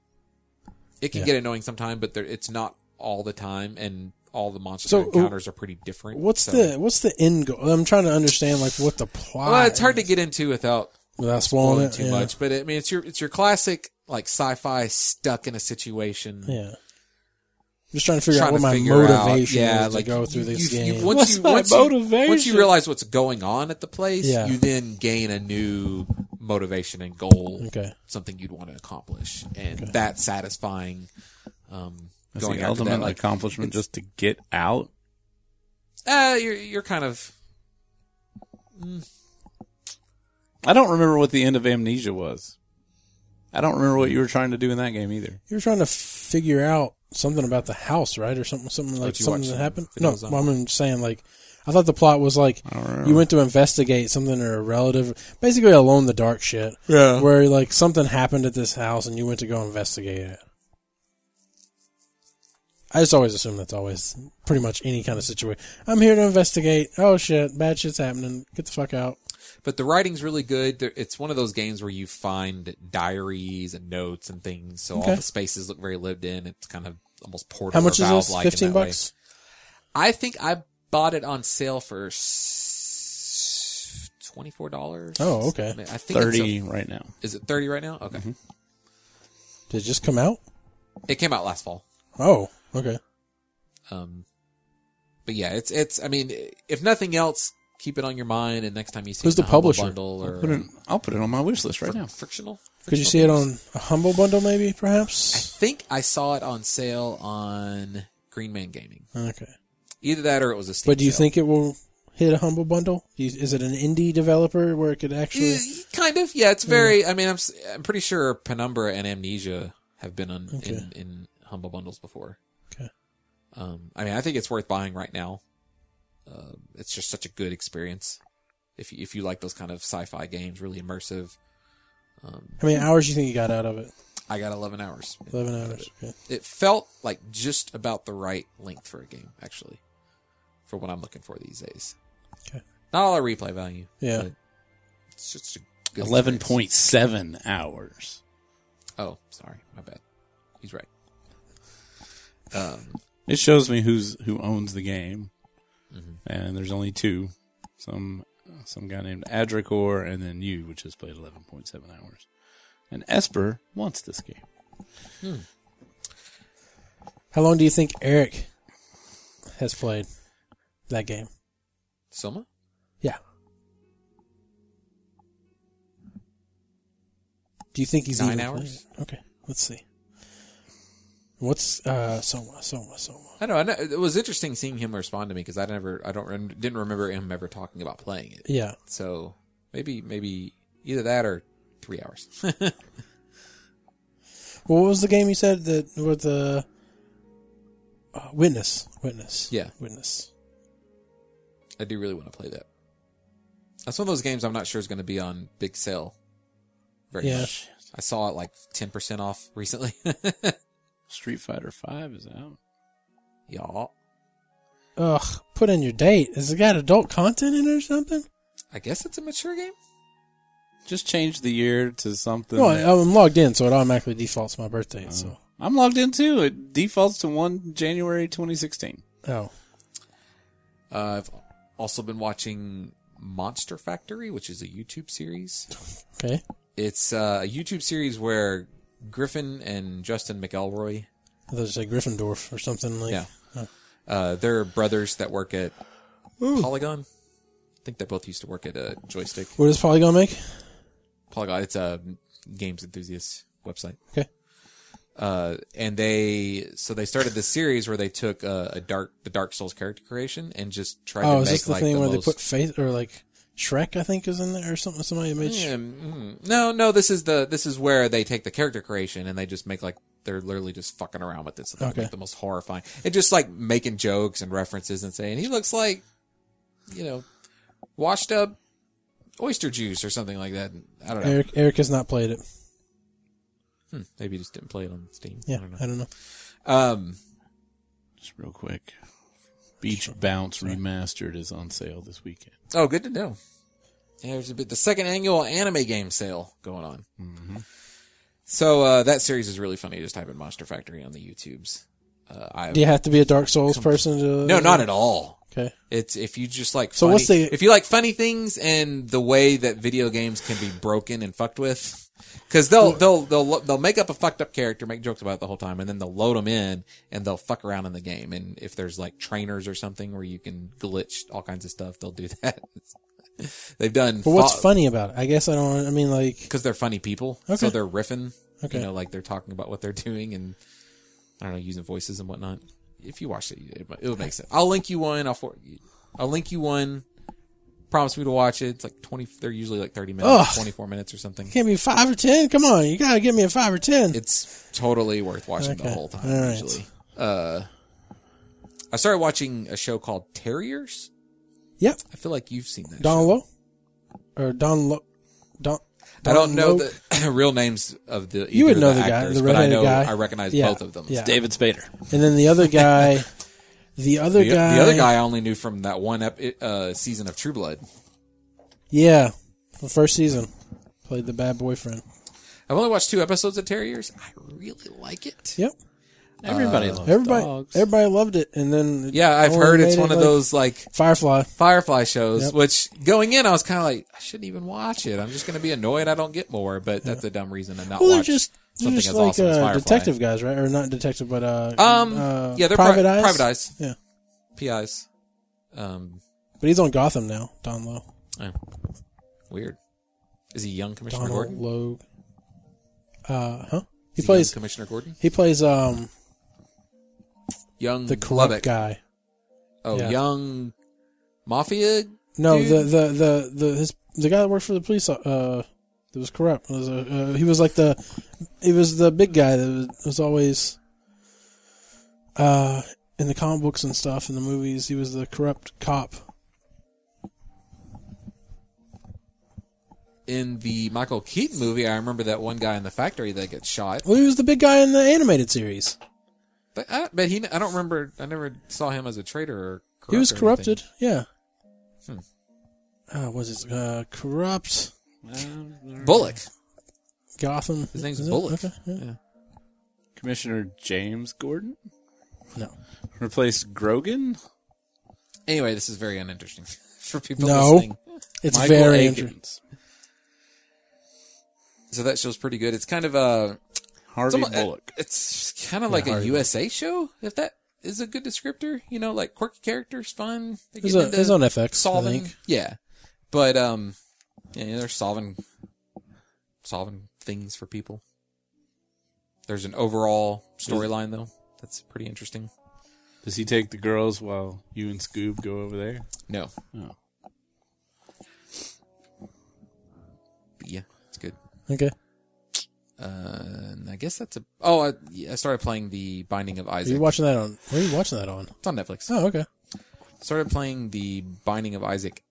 it can Yeah. get annoying sometime, but there, it's not all the time, and all the monster So, uh, encounters are pretty different. What's so. the what's the end goal? I'm trying to understand like what the plot. Well, it's hard to get into without without spoiling spoiling it too yeah. much, but I mean, it's your it's your classic like sci-fi stuck in a situation. Yeah, just trying to figure out trying what to my figure out- motivation yeah, is like, to go through this you- you- game. once What's you, my once you- once motivation? you realize what's going on at the place, Yeah. you then gain a new motivation and goal, okay, something you'd want to accomplish, and that satisfying. Um, That's going the after ultimate that, like accomplishment just to get out. uh, you're you're kind of I don't remember what the end of Amnesia was. I don't remember what you were trying to do in that game either. you were trying to figure out something about the house, right, or something, something like you something watched that some happened. No, videos on well, I'm saying like I thought the plot was like um, I don't remember. you went to investigate something or a relative, basically alone in the dark shit. Yeah. where like something happened at this house and you went to go investigate it. I just always assume that's always pretty much any kind of situation. I'm here to investigate. Oh shit, bad shit's happening. Get the fuck out. but the writing's really good. There- It's one of those games where you find diaries and notes and things, so Okay. all the spaces look very lived in. It's kind of almost portable. How much is this? Valve-like in Fifteen that way. bucks. I think I bought it on sale for s- twenty-four dollars. Oh, okay. Mm-hmm. I think Thirty It's right now. a, is it thirty right now? Okay, Did it just come out? it came out last fall. Oh, okay. Um, but yeah, it's it's. I mean, if nothing else, keep it on your mind, and next time you see Who's it in the a Humble publisher? bundle or Put it, I'll put it on my wish list right now. frictional. Could you Frictional see it games? on a humble bundle, maybe, I perhaps? think I saw it on sale on Green Man Gaming. Okay. Either that or it was a Steam. But do you sale. think it will hit a humble bundle? Do you- Is it an indie developer where it could actually? Hmm. Eh, kind of yeah it's very i mean i'm s- i'm pretty sure penumbra and amnesia have been on Okay. in, in humble bundles before Okay. um i mean i think it's worth buying right now uh, it's just such a good experience if you, if you like those kind of sci-fi games really immersive um, How many hours do you think you got out of it? i got 11 hours Eleven hours. Okay. it felt like just about the right length for a game actually for what i'm looking for these days Okay. not all our replay value Yeah. but it's just a good Eleven experience. point seven hours. Oh, sorry, my bad. He's right. Um, It shows me who's who owns the game, Mm-hmm. and there's only two. Some some guy named Adricor, and then you, which has played eleven point seven hours. And Esper wants this game. How long do you think Eric has played that game? Soma, Yeah. Do you think he's Nine even hours? played it? Okay, let's see. What's uh Soma Soma Soma? I know, I know. It was interesting seeing him respond to me because I never, I don't, rem- didn't remember him ever talking about playing it. Yeah, So maybe, maybe either that or three hours. Well, what was the game you said that with the uh, witness? Witness. Yeah. Witness. I do really want to play that. That's one of those games I'm not sure is going to be on big sale. Very Yeah. much. I saw it like ten percent off recently. Street Fighter Five is out. Y'all, Ugh. Put in your date. Has it got adult content in it or something? I guess it's a mature game. Just change the year to something. No, I, that- I'm logged in, so it automatically defaults my Oh. birthday. So. I'm logged in too. It defaults to one January 2016. Oh. Uh, I've also been watching Monster Factory, which is a YouTube series. Okay. It's uh, a YouTube series where Griffin and Justin McElroy, I thought it was like Gryffindor or something like. yeah, Uh, they're brothers that work at Polygon. I think they both used to work at uh, Joystick. What is Polygon make? Polygon. It's a games enthusiast website. Okay. Uh, and they so they started this series where they took uh, a dark the Dark Souls character creation and just tried Oh, to is make this the like thing the where most, they put faith or like Shrek? I think is in there or something. Somebody made. Sh- Yeah, mm, no, no. This is the this is where they take the character creation and they just make like they're literally just fucking around with it. So they Okay. make the most horrifying and just like making jokes and references and saying he looks like, you know, washed up oyster juice or something like that. I don't know. Eric Eric has not played it. Hmm, maybe he just didn't play it on Steam. Yeah, I don't know. I don't know. Um, Just real quick. Beach Bounce Remastered is on sale this weekend. oh, good to know. Yeah, there's a bit, the second annual anime game sale going on. Mm-hmm. So uh, that series is really funny. Just type in Monster Factory on the YouTubes. Uh, I Do you have to be a Dark Souls person to? no, not at all. Okay. It's if you just like Mm-hmm. So funny, what's the- if you like funny things and the way that video games can be broken and fucked with because they'll they'll they'll lo- they'll make up a fucked up character, make jokes about it the whole time, and then they'll load them in and they'll fuck around in the game. And if there's like trainers or something where you can glitch all kinds of stuff, they'll do that. They've done. But what's funny about it? I guess I don't. I mean, like, Because they're funny people, Okay. so they're riffing. Okay. You know, like they're talking about what they're doing and I don't know, using voices and whatnot. If you watch it, it, it would make sense. I'll link you one. I'll for, I'll link you one. Promise me to watch it. It's like twenty. They're usually like thirty minutes, Ugh. twenty four minutes or something. give me five or ten. Come on, you gotta give me a five or ten. It's totally worth watching the Okay. whole time. All right. Usually, uh, I started watching a show called Terriers. yep. I feel like you've seen that. show. Don Low, or Don Low, Don. I Don don't know Low- the real names of the. You would either know of the guy, actors, the but I redheaded know guy. I recognize Yeah. both of them. Yeah. David Spader. And then the other guy, the other The, guy, the other guy I only knew from that one ep- uh, season of True Blood. Yeah, the first season played the bad boyfriend. I've only watched two episodes of Terriers. I really like it. Yep. Everybody loves Everybody, dogs. everybody loved it, and then it Yeah, I've only heard it's made one it, of Oh, like, those like Firefly. Firefly shows, Yep. which going in I was kind of like, I shouldn't even watch it. I'm just going to be annoyed I don't get more. But that's a dumb reason to not Well, they're watch just they're something just as like awesome as uh, Firefly. detective guys, right? Or not detective, but uh, Um, uh, yeah, they're private pri- eyes. Private eyes. Yeah, PIs. Um, but he's on Gotham now. Don Low. oh. weird. Is he young Commissioner Donald Gordon? Logue. Uh huh. He Is young plays. Commissioner Gordon. He plays um Young the corrupt Lubbock. guy. Oh, Yeah. young mafia. No, dude? the, the the the his the guy that worked for the police uh that was corrupt. Was, uh, uh, he was like the he was the big guy that was, was always uh in the comic books and stuff in the movies. He was the corrupt cop. in the Michael Keaton movie, I remember that one guy in the factory that gets shot. Well, he was the big guy in the animated series. But, I, but he, I don't remember. I never saw him as a traitor or. Corrupt he was or anything. corrupted. Yeah. Hmm. Uh, was it uh, corrupt Bullock. Gotham? His name's Is it? Bullock. Okay. yeah. Commissioner James Gordon No. replaced Grogan. Anyway, this is very uninteresting for people No. listening. It's Michael very interesting. Akins. So that show's pretty good. It's kind of a. It's, Harvey almo- Bullock. it's kind of like a USA show, if that is a good descriptor. You know, like quirky characters, fun. They It's, get on- into it's on FX. I solving. think. Yeah, but um, yeah, they're solving solving things for people. There's an overall storyline though that's pretty interesting. Does he take the girls while you and Scoob go over there? No, Oh. No. but yeah, it's good. Okay. Uh, and I guess that's a. Oh, I, yeah, I started playing the Binding of Are you Isaac. watching that on? Where are you watching that on? It's on Netflix. Oh, okay. Started playing the Binding of Isaac.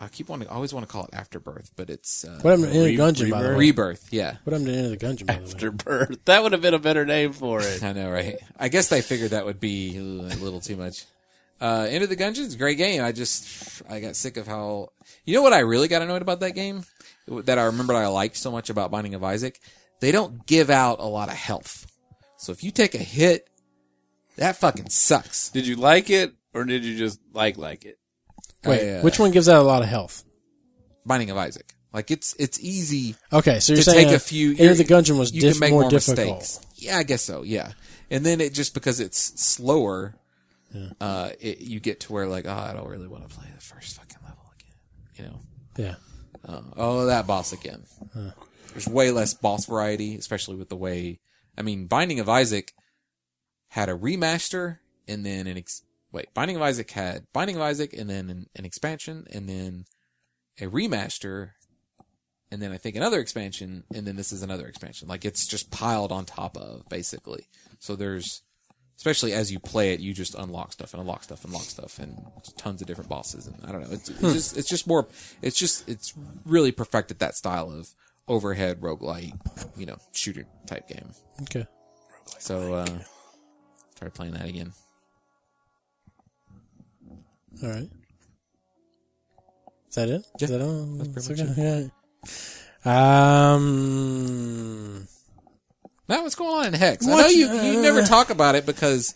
I keep wanting, I always want to call it Afterbirth, but it's uh, What happened to Inner Re- Gungeon, by the way? Rebirth. Yeah, What happened to Inner the Gungeon, by the way? After birth. That would have been a better name for it. I know, right? I guess they figured that would be uh, a little too much. Uh, End of the Gungeon's a great game. I just, I got sick of how, you know what I really got annoyed about that game? That I remembered I liked so much about Binding of Isaac? They don't give out a lot of health. So if you take a hit, that fucking sucks. Did you like it or did you just like like it? Wait, I, uh, which one gives out a lot of health? Binding of Isaac. Like it's, it's easy Okay, so you're to saying take uh, a few. Inner you're- the Gungeon was you diff- can make more, more difficult. mistakes. Yeah, I guess so. Yeah, And then it just because it's slower, uh, it, you get to where like, oh, I don't really want to play the first fucking level again. You know, Yeah. oh that boss again. There's way less boss variety, especially with the way. I mean, Binding of Isaac had a remaster and then an ex- wait, Binding of Isaac had Binding of Isaac and then an, an expansion and then a remaster and then I think another expansion and then this is another expansion. Like it's just piled on top of basically. So there's especially as you play it, you just unlock stuff and unlock stuff and unlock stuff and tons of different bosses. And I don't know, it's, it's just it's just more. It's just it's really perfected that style of overhead roguelike, you know, shooter type game. Okay. So uh try playing that again. All right. Is that it? Yeah, Is that all? That's pretty much okay. Yeah. Um. Now what's going on in Hex? I What Uh, know you you- you never talk about it because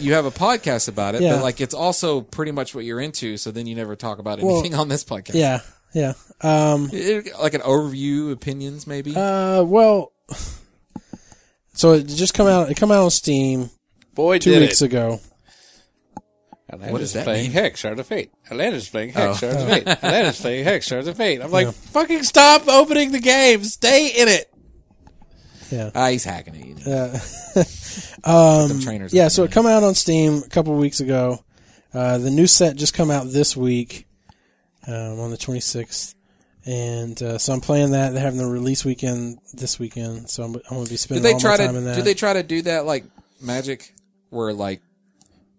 you have a podcast about it, Yeah. but like it's also pretty much what you're into. So then you never talk about Well, anything on this podcast. Yeah. Yeah. Um. It- like an overview, opinions maybe. Uh. Well. So it just come out. It come out on Steam Boy, two did weeks it. ago. Atlanta's What does that playing mean? Hex, Shards of Fate. Atlanta's playing Oh. Hex, Shards of Fate. Atlanta's playing Hex, Shards of Fate. I'm like, fucking stop opening the game. Stay in it. Yeah. Ah, he's hacking it. You know. Uh, um, trainers. Yeah, so it come out on Steam a couple weeks ago. Uh, the new set just come out this week um, on the 26th, and uh, so I'm playing that. They're having the release weekend this weekend, so I'm, I'm going to be did spending they all try my time in to that. do they try to do that like Magic, where like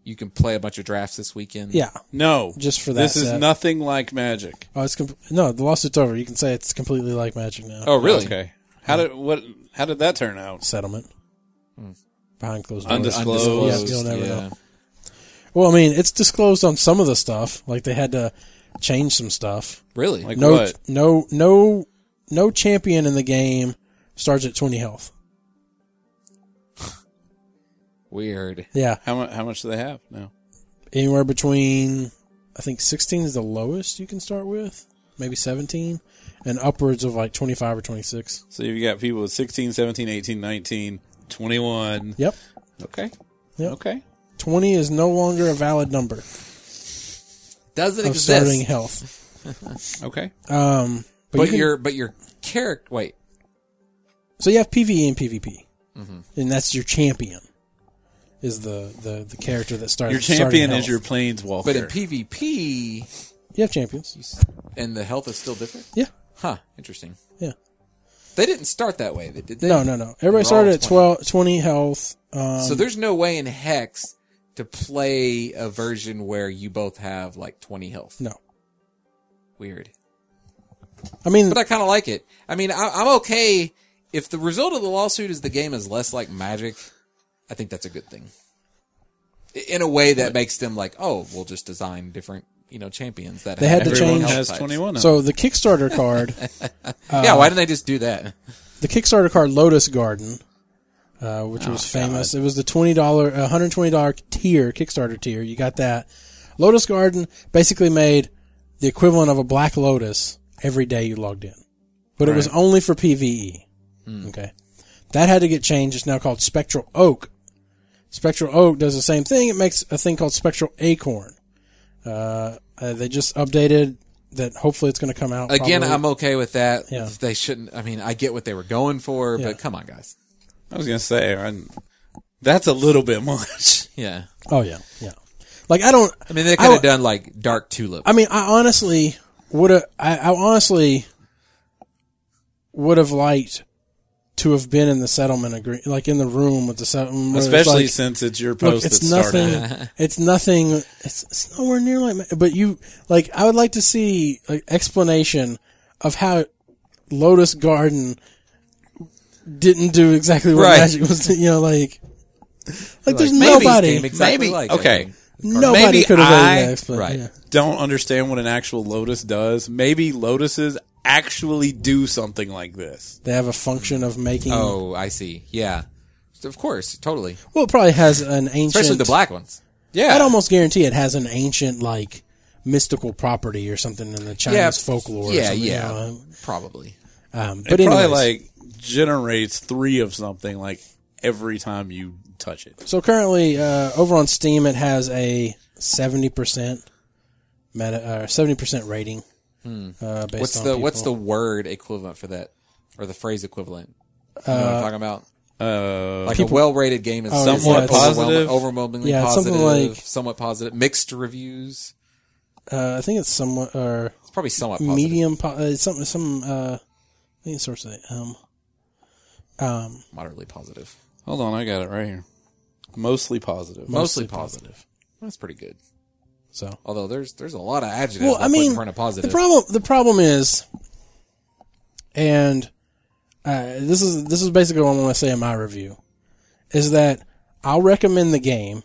you can play a bunch of drafts this weekend? yeah, No, Just for This that is set. nothing like magic. oh, it's com- no, the lawsuit's over. You can say it's completely like Magic now. Oh, really? Okay. How did what? How did that turn out? settlement behind closed doors. Undis- Undisclosed. Yeah, you'll never know. well, I mean, it's disclosed on some of the stuff. Like they had to change some stuff. Really? Like no, what? no, no, no champion in the game starts at twenty health. Weird. Yeah, How much? How much do they have now? anywhere between I think sixteen is the lowest you can start with, maybe seventeen, and upwards of like twenty five or twenty six. So you've got people with 16, 17, 18, 19, 21. Yep, Okay. Yep. Okay. twenty is no longer a valid number of Doesn't exist. starting health. Okay. Um, but, But you can- your but your character. Wait. so you have PVE and PvP, and that's your champion. Is the, the, the character that starts Your starting champion is health. your planeswalker. But in PvP, you have champions and the health is still different. yeah Huh. Interesting. yeah They didn't start that way, did they? No, no, no. Everybody all started at 20. 12, 20 health. Um, So there's no way in Hex to play a version where you both have like 20 health. no. Weird. I mean, but I kind of like it. I mean, I, I'm okay if the result of the lawsuit is the game is less like Magic. I think that's a good thing. I- In a way that makes them like, oh, we'll just design different, you know, champions that They had to Everyone change- health has types. 21 now. so the Kickstarter card, yeah, why didn't they just do that? the Kickstarter card Lotus Garden, uh, which Oh, was famous. It was the $20, uh, $120 tier, Kickstarter tier. You got that. Lotus Garden basically made the equivalent of a Black Lotus every day you logged in. But it was only for PvE. Hmm. Okay. That had to get changed. It's now called Spectral Oak. Spectral Oak does the same thing. It makes a thing called Spectral Acorn. Uh, uh, they just updated that. Hopefully, it's going to come out Again, probably- I'm okay with that. Yeah. They shouldn't. I mean, I get what they were going for, Yeah. but come on, guys. I was gonna say, I'm, that's a little bit much. Yeah. Oh yeah, yeah. Like I don't. I mean, they could w- have done like Dark Tulip. I mean, I honestly would have. I, I honestly would have liked to have been in the settlement agree, like in the room with the settlement. where it's Especially like, since it's your look, post it's that nothing. started. it. It's nothing. It's, it's nowhere near like. ma- But you like, I would like to see like explanation of how Lotus Garden didn't do exactly what Right. Magic was. You know, like. Like, there's Like, maybe it's nobody, game exactly Maybe. like Okay. that. nobody Maybe could have I- done that. explan- Right. yeah. Don't understand what an actual lotus does. Maybe lotuses actually do something like this. They have a function of making. Oh, I see. Yeah. Of course, totally. Well, it probably has an ancient. Especially the black ones. Yeah. I'd almost guarantee it has an ancient like mystical property or something in the Chinese folklore. or Yeah, something, you yeah, know, probably. Um, it but probably anyway, like generates three of something like every time you touch it. So currently, uh, over on Steam, it has a seventy percent meta, seventy percent rating. Uh, based Hmm. What's on the what's the people. word equivalent for that, or the phrase equivalent? you know what I'm talking about Uh, like a well-rated game is Oh, yeah, somewhat it's- positive, Positive? overwhelmingly Yeah, it's positive, something like- somewhat positive, mixed reviews. Uh, I think it's somewhat or It's probably somewhat positive. medium. Po- uh, some some. Uh, I think it starts with an M. moderately positive, hold on, I got it right here. Mostly positive. mostly, positive. That's pretty good. So Although there's there's a lot of adjectives well, I put mean, in front of positive. the problem the problem is, and uh, this is this is basically what I want to say in my review, is that I'll recommend the game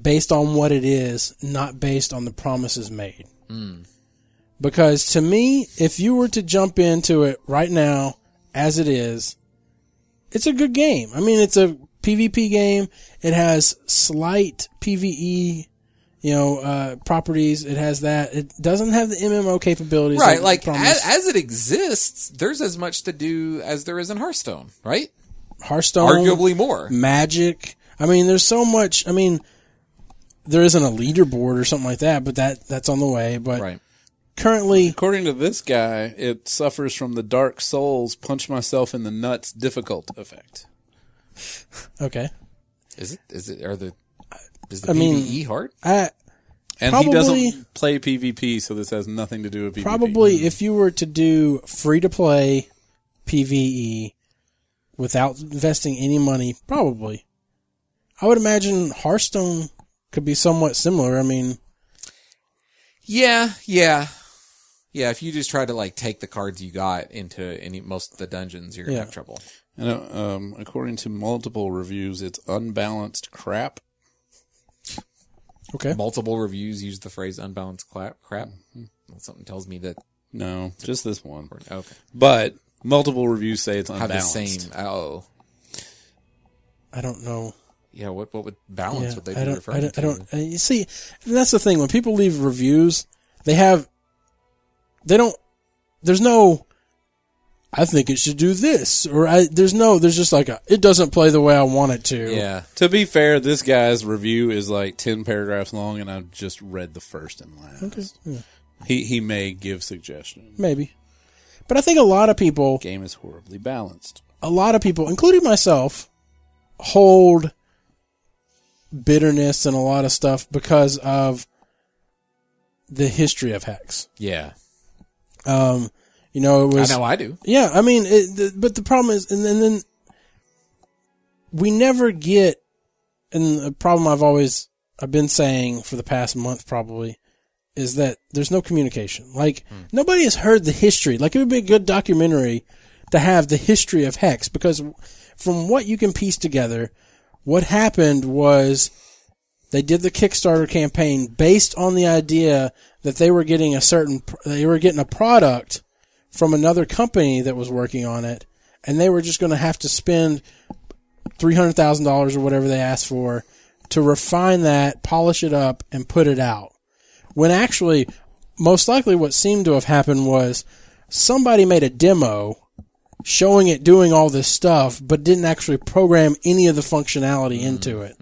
based on what it is, not based on the promises made. Because to me, if you were to jump into it right now as it is, it's a good game. I mean, it's a PvP game. It has slight PvE you know, uh, properties. It has that. It doesn't have the MMO capabilities. right, that like as, promised. as it exists, there's as much to do as there is in Hearthstone, right? Hearthstone, Arguably more. Magic. I mean, there's so much. I mean, there isn't a leaderboard or something like that, but that that's on the way. But Right. currently, According to this guy, it suffers from the Dark Souls punch myself in the nuts difficult effect. okay. Is it? Is it? Are the? Is the I mean- PVE hard? I And Probably- he doesn't play PvP, so this has nothing to do E. with PvP. probably if you were to do free to play PVE E without investing any money, probably, I would imagine Hearthstone could be somewhat similar. I mean, Yeah, yeah, yeah. If you just try to like take the cards you got into any most of the dungeons, you're gonna Yeah. have trouble. And, uh, um, according to multiple reviews, it's unbalanced crap. okay. Multiple reviews use the phrase "unbalanced clap, crap." Mm-hmm. Well, Something tells me that. No, just this one. Okay, But multiple reviews say it's have the unbalanced. same. Oh, I don't know. yeah. What what would balance? Yeah, would they I be don't, referring I don't, to? I don't, uh, you see, and that's the thing. When people leave reviews, they have, they don't, there's no, I think it should do this, or I, there's no, there's just like a, it doesn't play the way I want it to. Yeah, To be fair, this guy's review is like ten paragraphs long, and I've just read the first and last. He he may give suggestions. Maybe. But I think a lot of people, Game is horribly balanced. a lot of people, including myself, hold bitterness and a lot of stuff because of the history of hacks. yeah. Um, you know, it I was. know I do. Yeah, I mean, it, the, but the problem is, and, then- and then we never get, and the problem I've always, I've been saying for the past month probably, is that there's no communication. Like, nobody has heard the history. Like, it would be a good documentary to have the history of Hex, because from what you can piece together, what happened was they did the Kickstarter campaign based on the idea that they were getting a certain, pr- they were getting a product from another company that was working on it, and they were just going to have to spend three hundred thousand dollars or whatever they asked for to refine that, polish it up, and put it out. When actually, most likely, what seemed to have happened was somebody made a demo showing it doing all this stuff, but didn't actually program any of the functionality into it,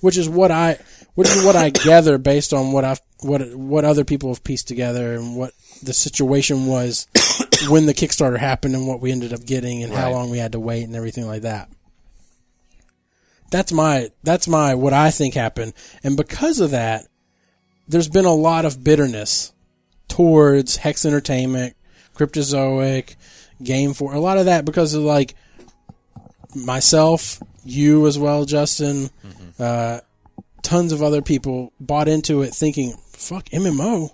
which is what I which is what I gather based on what I've what what other people have pieced together and what the situation was when the Kickstarter happened and what we ended up getting and how Right. long we had to wait and everything like that. That's my that's my what I think happened, and because of that, there's been a lot of bitterness towards Hex Entertainment, Cryptozoic, Game for a lot of that because of like myself, you as well, Justin, Mm-hmm. uh, tons of other people bought into it thinking, "Fuck MMO."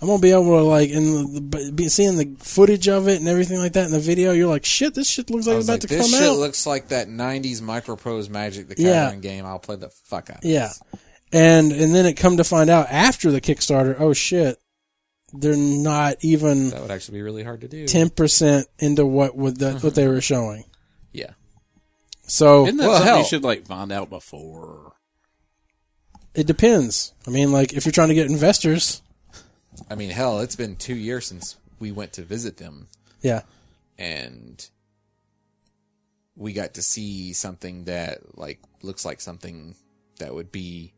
I'm gonna be able to like in the, the be seeing the footage of it and everything like that in the video. You're like, shit, this shit looks like I it's was about like, to come this shit out. looks like that '90s Microprose Magic the Yeah. Gathering game. I'll play the fuck out. of Yeah. this. And and then it come to find out after the Kickstarter, oh shit, they're not even that would actually be really hard to do. ten percent into what would the, what they were showing. Yeah, So Isn't that Well, something hell. you should like find out before? it depends. I mean, like if you're trying to get investors, I mean, hell, it's been two years since we went to visit them. yeah, and we got to see something that like looks like something that would be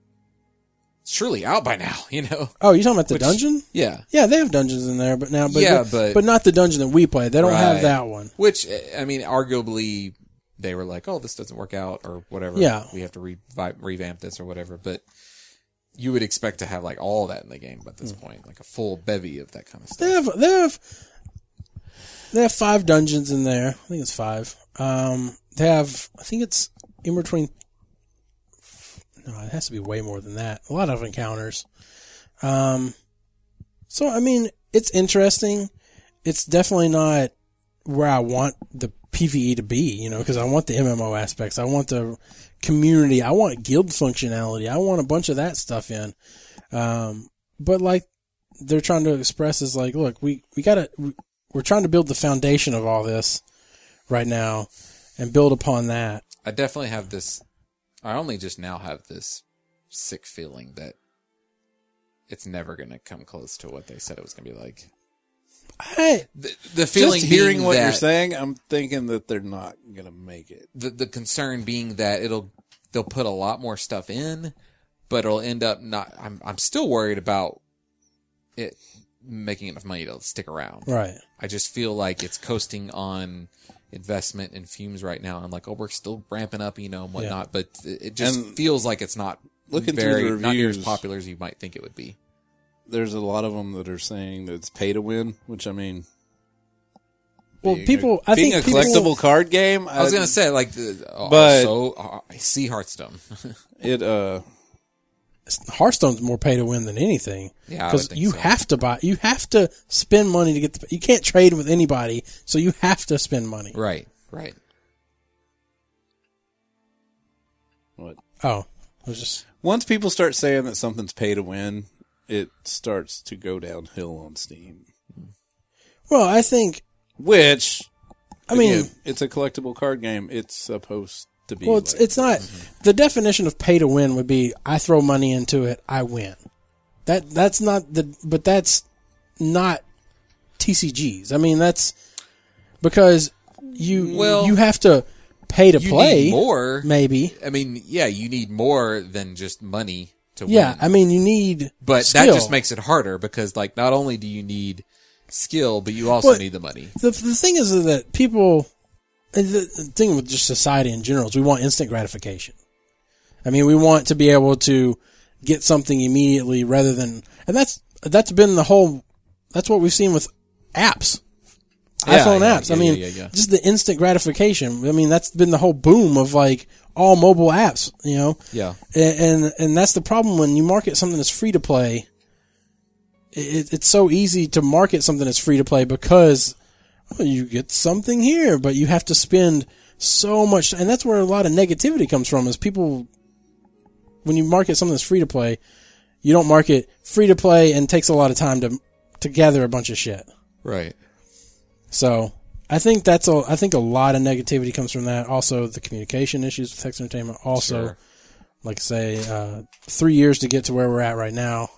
surely out by now, you know? Oh, you talking about the dungeon? Yeah. Yeah, they have dungeons in there, but now, but Yeah, but- but not the dungeon that we play. They don't have Right. that one. Which eh, I mean, arguably they were like, "Oh, this doesn't work out," or whatever. Yeah. we have to revi- revamp this or whatever. But you would expect to have like all that in the game at this Hmm. point, like a full bevy of that kind of They stuff. have they have they have five dungeons in there. I think it's five. Um, they have I think it's in between. No, it has to be way more than that. A lot of encounters. Um, so I mean, it's interesting. It's definitely not where I want the PVE to be, you know, because I want the MMO aspects. I want the community. I want guild functionality. I want a bunch of that stuff in. Um, but like they're trying to express is like, look, we we gotta we- we're trying to build the foundation of all this right now and build upon that. I definitely have this. I only just now have this sick feeling that it's never going to come close to what they said it was going to be like. I The, the feeling, Just hearing being what you're that- saying, I'm thinking that they're not gonna make it. the the concern being that it'll they'll put a lot more stuff in, but it'll end up not. I'm I'm still worried about it making enough money to stick around. right. I just feel like it's coasting on investment and fumes right now. I'm like, oh, we're still ramping up, you know, and whatnot, but it it just And feels like it's not looking through very the not near as reviews- popular as you might think it would be. There's a lot of them that are saying that it's pay to win, which I mean, Well, being people, a, I being think a people, collectible card game. I was gonna say like, the, oh, uh, But- so uh, I see Hearthstone. it. Uh, Hearthstone's more pay to win than anything. Yeah, I would think you so. have to buy, you have to spend money to get the. You can't trade with anybody, so you have to spend money. right, right. what? Oh, I was just Once people start saying that something's pay to win, it starts to go downhill on Steam. well. I think. Which I mean, again, it's a collectible card game. It's supposed to be. well, it's like- it's not. The definition of pay to win would be I throw money into it, I win. That that's not the, but that's not TCGs. I mean, that's because you Well, you have to pay to You play need more. maybe. I mean, yeah, you need more than just money to Yeah, win. I mean, you need but that skill. just makes it harder because like not only do you need skill, but you also Well- need the money. the the thing is that people and the the thing with just society in general is we want instant gratification. I mean, we want to be able to get something immediately rather than and that's that's been the whole that's what we've seen with apps. Yeah, iPhone yeah, apps. yeah, I mean, yeah, yeah, yeah. just the instant gratification. I mean, that's been the whole boom of like all mobile apps, you know. Yeah. And and, and that's the problem when you market something that's free to play. It, it's so easy to market something that's free to play because oh, you get something here, but you have to spend so much, and that's where a lot of negativity comes from. Is people when you market something that's free to play, you don't market free to play and takes a lot of time to to gather a bunch of shit. Right. So I think that's a I think a lot of negativity comes from that. Also the communication issues with Texas Entertainment. Also, Sure. like I say, uh, three years to get to where we're at right now.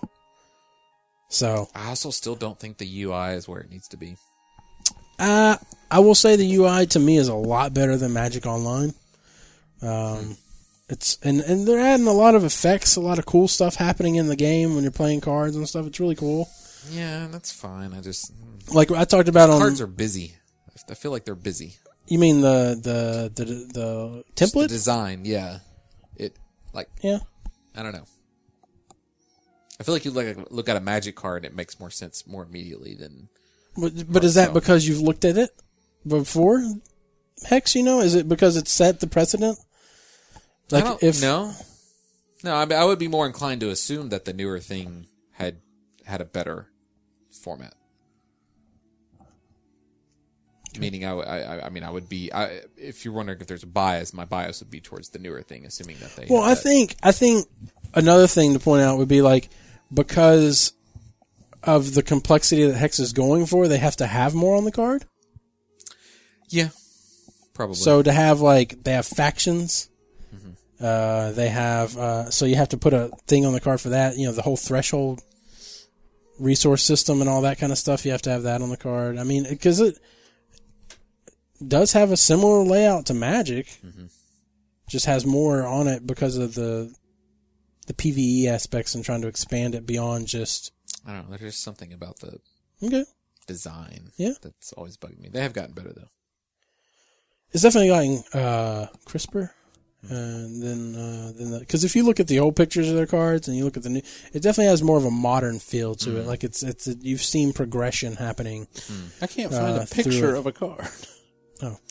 So I also still don't think the UI is where it needs to be. uh, I will say the UI to me is a lot better than Magic Online. Um, it's and and they're adding a lot of effects, a lot of cool stuff happening in the game when you're playing cards and stuff. It's really cool. Yeah, that's fine. I just Like I talked about on cards are busy. I feel like they're busy. you mean the the the, the The template? design, yeah. It like yeah. I don't know. I feel like you like look at a magic card, it makes more sense more immediately than But, but is that so. because you've looked at it before? Hex, you know, is it because it's set the precedent? Like I don't, if no, no, I, mean, I would be more inclined to assume that the newer thing had had a better format. Meaning, I, would- I, I- I mean, I would be. I, if you're wondering if there's a bias, my bias would be towards the newer thing, assuming that they. Well, had I that. think I think another thing to point out would be like because of the complexity that Hex is going for, they have to have more on the card. yeah, probably. So to have like they have factions, uh, they have uh, so you have to put a thing on the card for that. You know the whole threshold resource system and all that kind of stuff. You have to have that on the card. I mean, because it does have a similar layout to Magic, just has more on it because of the the PVE aspects and trying to expand it beyond just I don't know. There's just something about the okay. design Yeah. that's always bugged me. They have gotten better though. It's definitely gotten uh, crisper, and then uh, then because if you look at the old pictures of their cards and you look at the new, it definitely has more of a modern feel to Mm-hmm. it. Like it's it's you've seen progression happening. I can't find Uh, a through picture it. of a card.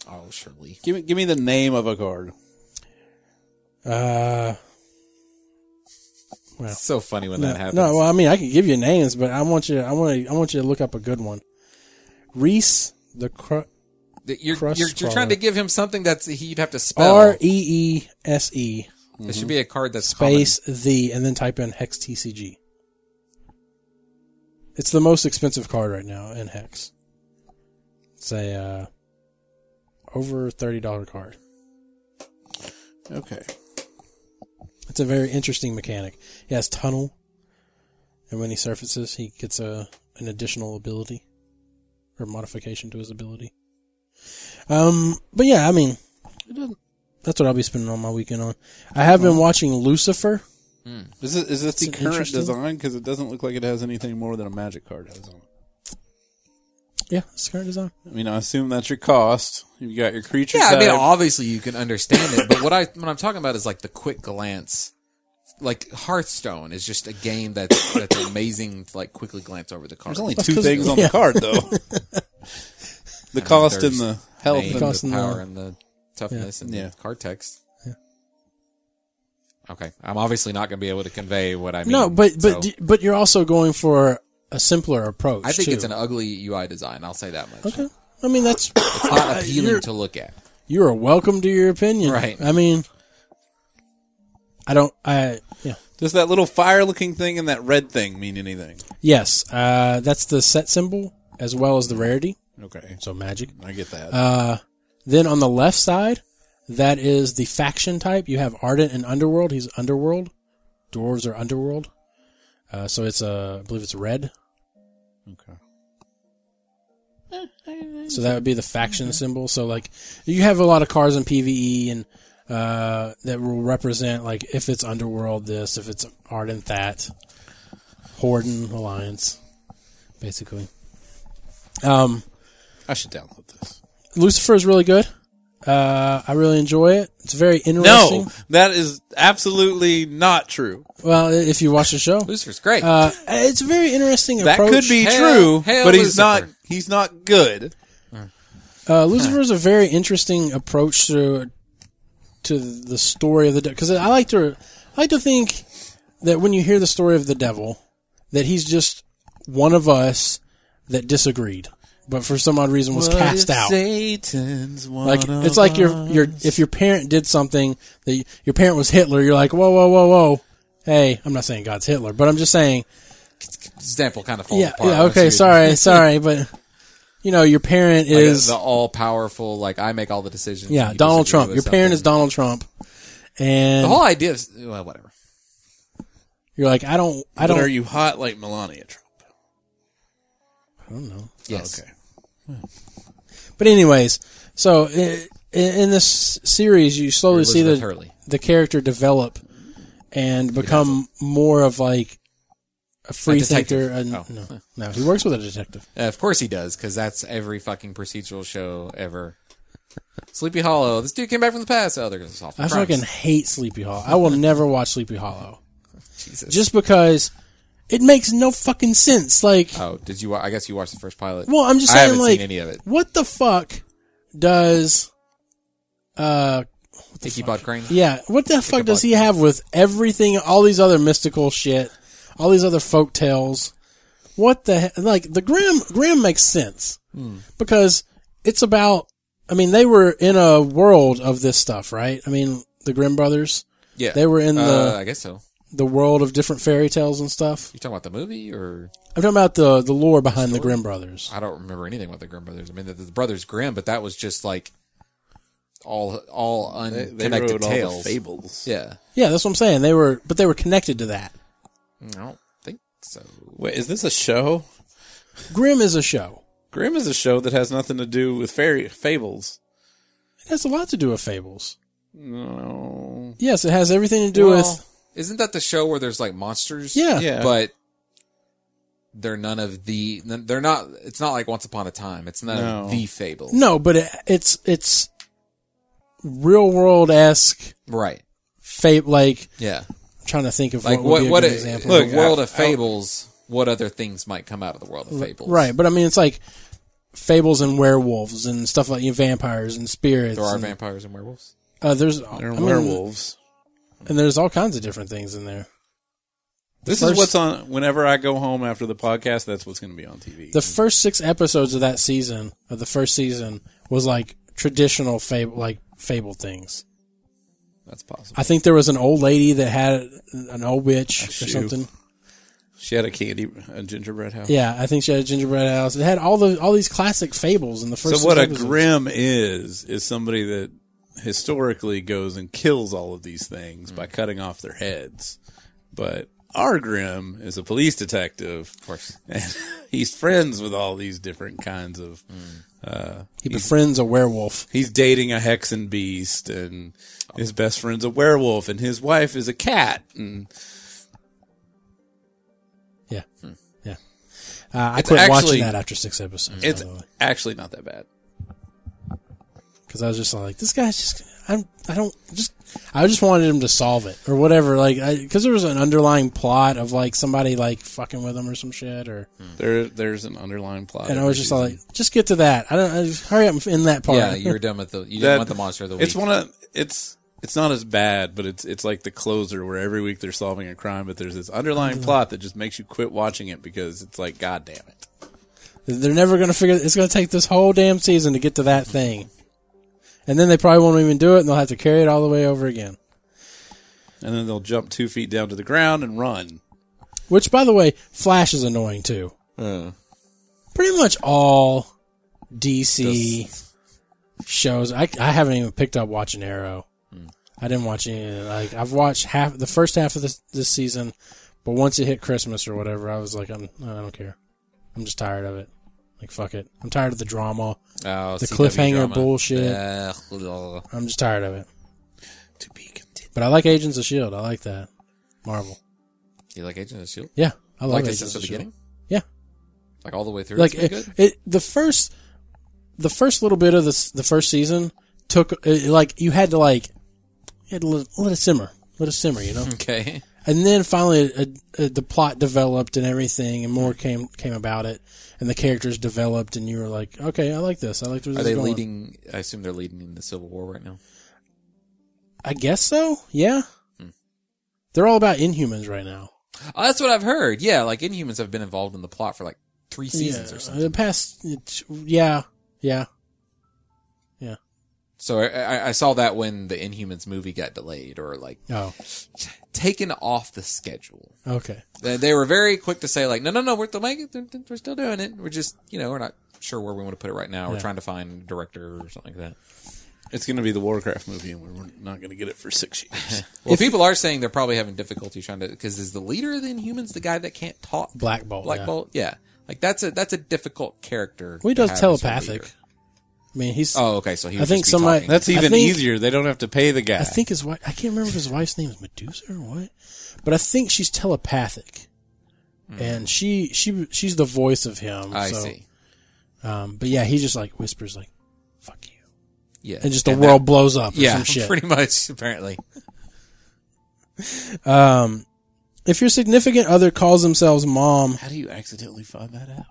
Oh, surely. Give me, give me the name of a card. Uh, It's so funny when no, that happens. no, well, I mean, I could give you names, but I want you. I want to. I want you to look up a good one. Reese the cr- That you're, you're, crust you're crawler. trying to give him something that's he'd have to spell. R E E S E There should be a card that's space the and then type in hex TCG. It's the most expensive card right now in hex. It's a uh, over thirty dollar card. Okay. It's a very interesting mechanic. He has tunnel, and when he surfaces, he gets a an additional ability or modification to his ability. Um, but yeah, I mean, It doesn't. that's what I'll be spending all my weekend on. I have been watching Lucifer. Is this, is this the an current interesting- design? Because it doesn't look like it has anything more than a magic card has on it. Yeah, it's the current design. I mean, I assume that's your cost. You've got your creature. Yeah, I mean, uh, type. obviously you can understand it, but what I what I'm talking about is like the quick glance. Like Hearthstone is just a game that's that's amazing. To like quickly glance over the cards. There's only That's two 'cause- things on yeah. the card, though. the cost and the health. name, The and- cost the and the- power and the toughness and Yeah. the card text. Okay, I'm obviously not going to be able to convey what I mean. no, but but so- but you're also going for a simpler approach. I think too. it's an ugly UI design. I'll say that much. Okay. I mean, that's It's not you're- appealing to look at. you are welcome to your opinion. Right. I mean, I don't. I yeah. Does that little fire-looking thing and that red thing mean anything? Yes, uh, that's the set symbol as well as the rarity. Okay, So magic. I get that. Uh, Then on the left side, that is the faction type. You have Ardent and Underworld. He's Underworld. Dwarves are Underworld. Uh, so it's uh, I believe it's red. okay. So that would be the faction symbol. So like you have a lot of cars in PVE and uh, that will represent like if it's Underworld this, if it's Ardent that, Horden Alliance, basically. Um, I should download this. Lucifer is really good. Uh, I really enjoy it. It's very interesting. No, that is absolutely not true. Well, if you watch the show, Lucifer's great. uh, it's a very interesting That approach. could be Hail- true, Hail but he's not. Lucifer. He's not good. Uh, Lucifer is a very interesting approach to to the story of the devil. Because I like to I like to think that when you hear the story of the devil, that he's just one of us that disagreed, but for some odd reason was cast out. Satan's one Like of it's like your your if your parent did something that y- your parent was Hitler, you're like whoa whoa whoa whoa. Hey, I'm not saying God's Hitler, but I'm just saying example kind of falls yeah apart. yeah once okay you- sorry sorry but you know your parent Like, uh, is the all powerful? Like I make all the decisions. yeah and you Donald disagree Trump. with Your parent something. is Donald Trump, and The whole idea is well, whatever. you're like I don't I But don't are you hot like Melania Trump? I don't know. Yes. Okay. But anyways, so in, in this series, you slowly see Elizabeth the Hurley. the character develop and become more of like a free thinker. detective. And, Oh. No, no, he works with a detective. Uh, of course he does, because that's every fucking procedural show ever. Sleepy Hollow. This dude came back from the past. Oh, they're going to solve. I crimes. fucking hate Sleepy Hollow. I will never watch Sleepy Hollow Jesus. just because it makes no fucking sense. Like, Oh, did you? wa- I guess you watched the first pilot. well, I'm just I saying, haven't like, seen any of it. what the fuck does uh Icky Bod Crane. yeah what the fuck does block. he have with everything all these other mystical shit all these other folk tales what the he- like the Grimm Grimm makes sense because it's about I mean they were in a world of this stuff right I mean the Grimm brothers Yeah, They were in Uh, the- I guess so. the world of different fairy tales and stuff You talking about the movie, or I'm talking about the the lore behind the Grimm brothers I don't remember anything about the Grimm brothers. I mean, the, the brothers Grimm, but that was just like all all They unconnected wrote all tales. the fables. yeah, yeah that's what I'm saying they were but they were connected to that I don't think so. Wait, is this a show? Grimm is a show Grimm is a show that has nothing to do with fairy fables. It has a lot to do with fables. No. Yes, it has everything to do Well, with. Isn't that the show where there's like monsters? Yeah. Yeah. But they're none of the. They're not. It's not like Once Upon a Time. It's none No. of the fables. No, but it, it's it's real world esque Right. fate. Like Yeah. I'm trying to think of Like what, would what? be a What? good a- in example. Look, the world I- of fables. what other things might come out of the world of fables? Right, but I mean, it's like fables and werewolves and stuff like you know, vampires and spirits. There are and, vampires and werewolves. uh, there's They're I mean, werewolves. and there's all kinds of different things in there. This first- is what's on whenever I go home after the podcast, that's what's going to be on TV. The first six episodes of that season, of the first season, was like traditional fable, like fable things. that's possible. I think there was an old lady that had an old witch or shoe. something. She had a candy a gingerbread house. Yeah, I think she had a gingerbread house. It had all the all these classic fables in the first. So what six a episodes. grim is is somebody that historically goes and kills all of these things Mm. by cutting off their heads. But our grim is a police detective, of course. and he's friends with all these different kinds of. He befriends a werewolf. He's dating a hexen beast, and his best friend's a werewolf, and his wife is a cat. And Yeah, yeah. Uh, I quit watching Hmm. actually- that after six episodes. it's by the way, actually not that bad. because I was just like, this guy's just. I'm. I don't just. I just wanted him to solve it or whatever. Like, because there was an underlying plot of like somebody like fucking with him or some shit or. Hmm. There, there's an underlying plot, and I every was just season. like, just get to that. I don't. I just, hurry up in that part. Yeah, you were done with the. You That- didn't want the monster of the week. It's one of it's it's not as bad, but it's it's like the closer where every week they're solving a crime, but there's this Mm-hmm. underlying plot that just makes you quit watching it because it's like, god damn it. They're never going to figure. It's going to take this whole damn season to get to that thing, and then they probably won't even do it, and they'll have to carry it all the way over again. And then they'll jump two feet down to the ground and run. Which, by the way, Flash is annoying too. Hmm. Pretty much all DC shows. I, I haven't even picked up watching Arrow. I didn't watch any. Of it. Like I've watched half the first half of this this season, but once it hit Christmas or whatever, I was like, I'm I don't care. I'm just tired of it. Like fuck it. I'm tired of the drama. Oh, the CW cliffhanger drama. bullshit. Yeah. Ugh. I'm just tired of it. To be continued. But I like Agents of Shield. I like that Marvel. You like Agent of the Shield? Yeah, I love E Like it Agents since the of Shield. beginning? E Yeah, E Like all the way through? like it's been it, good? it- the first the first little bit of this the first season took it, like you had to like you had to let, let it simmer let it simmer you Hmm. know Okay. and then finally it, it, the plot developed and everything and more came came about it and the characters developed and you were like okay I like this I like where this Are is they going. leading? I assume they're leading in the Civil War right now. I guess so yeah Hmm. they're all about Inhumans right now Oh, that's what I've heard. Yeah, like Inhumans have been involved in the plot for like three seasons yeah, or something. the past it's- yeah yeah yeah So I, I, I saw that when the Inhumans movie got delayed or like oh taken off the schedule. okay They, they were very quick to say like, no, no, no, we're still making, it. we're still doing it. We're just, you know, we're not sure where we want to put it right now. We're Yeah. trying to find a director or something like that. It's gonna be the Warcraft movie and we're not gonna get it for six years. Well, people are saying they're probably having difficulty trying to because is the leader of the Inhumans the guy that can't talk? Black Bolt Black yeah. Bolt, yeah. Like that's a that's a difficult character. Well, he to does have as your telepathic. leader. I mean, he's. Oh, okay. So he. I would think just be somebody- talking. That's I even think- easier. They don't have to pay the guy. I think his wife. I can't remember if his wife's name is Medusa or what, but I think she's telepathic, and she she she's the voice of him. Hmm. I so, see. Um, but yeah, he just like whispers like "fuck you," Yeah, and just the world that- blows up. Or yeah, some shit. pretty much. Apparently, um, if your significant other calls themselves mom, How do you accidentally find that out?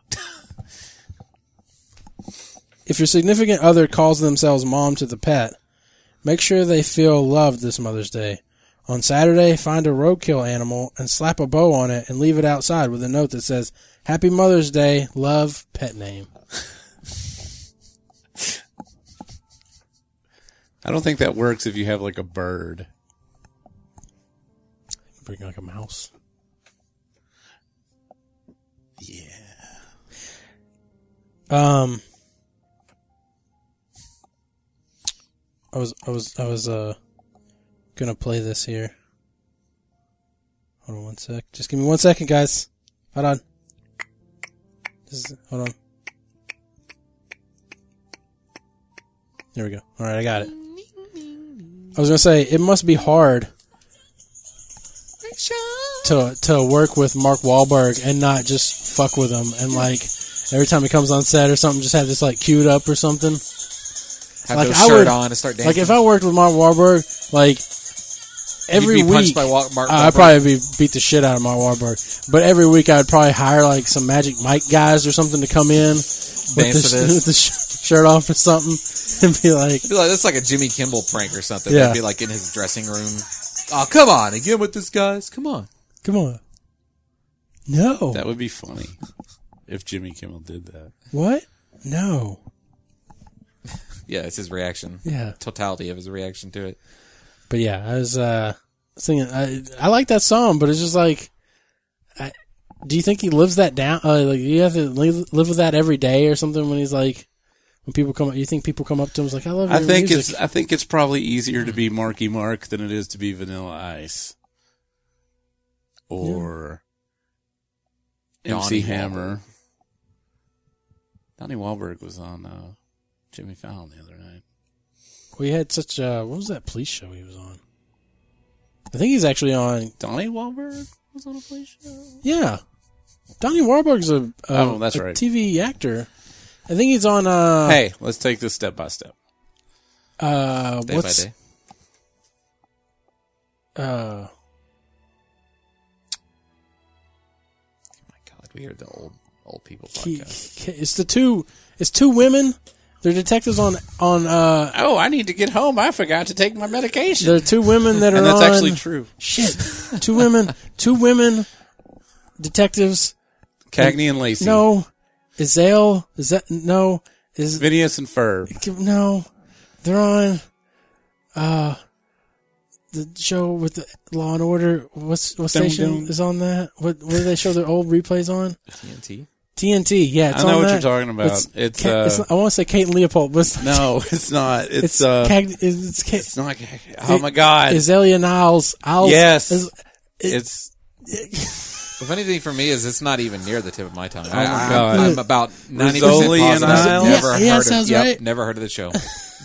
if your significant other calls themselves mom to the pet, make sure they feel loved this Mother's Day. On Saturday, find a roadkill animal and slap a bow on it and leave it outside with a note that says, Happy Mother's Day, love, pet name. I don't think that works if you have like a bird. Bring like a mouse. Yeah. Um, I was, I was, I was, uh, gonna play this here. Hold on one sec. Just give me one second, guys. Hold on. This is, hold on. There we go. All right, I got it. I was gonna say it must be hard to to work with Mark Wahlberg and not just fuck with him and like every time he comes on set or something, just have this like queued up or something. Have Like, no I shirt would- on and start dancing. Like if I worked with Mark Wahlberg, like every be punched week, by Wa- Mark I- I'd Wahlberg? probably be beat the shit out of Mark Wahlberg. But every week, I'd probably hire like some Magic Mike guys or something to come in with Dance to the, this. with the sh- shirt off or something, and be like, It'd be like- that's like a Jimmy Kimmel prank or something. Yeah. It'd be like in his dressing room. Oh, come on. Again with this, guys. Come on. "Come on, no, That would be funny if Jimmy Kimmel did that. what, no, Yeah, it's his reaction. yeah." Totality of his reaction to it. But yeah, I was uh, singing. I I like that song, but it's just like, I, do you think he lives that down? Uh, like, you have to live, live with that every day or something? When he's like, when people come, you think people come up to him it's like, I love. Your I think music. it's I think it's probably easier to be Marky Mark than it is to be Vanilla Ice or Donnie MC Hammer. Donnie Wahlberg was on uh, Jimmy Fallon the other night. we had such. Uh, what was that police show he was on? I think he's actually on. Donnie Wahlberg was on a play show. Yeah, Donnie Warburg's a, a Oh, that's a right. TV actor. I think he's on. Uh, Hey, let's take this step by step. uh, Day what's by day. uh, Oh my God, we are the old old people K- podcast. K- it's the two it's two women they're detectives on on uh Oh, I need to get home. I forgot to take my medication. there are two women that are And that's on actually true. shit two women two women detectives Cagney and Lacey. no is Zale is that no is Phineas and Ferb. no they're on uh the show with the Law and Order what's what Dum, station dum. is on that what what do they show their old replays on TNT. TNT yeah it's I on know what that. you're talking about. it's, It's, Ca- uh, it's not- I want to say Kate and Leopold but it's, No, it's not. It's, It's uh, Cag- is- it's, ca- it's not. Cag- Oh my God! is Elia Niles. I'll, yes, is- it's The funny thing for me is it's not even near the tip of my tongue. I, Oh my I, God. I'm about ninety percent Rizzoli and positive. I've Isles? Never Yeah, heard yeah, of, sounds yep, right. Never heard of the show.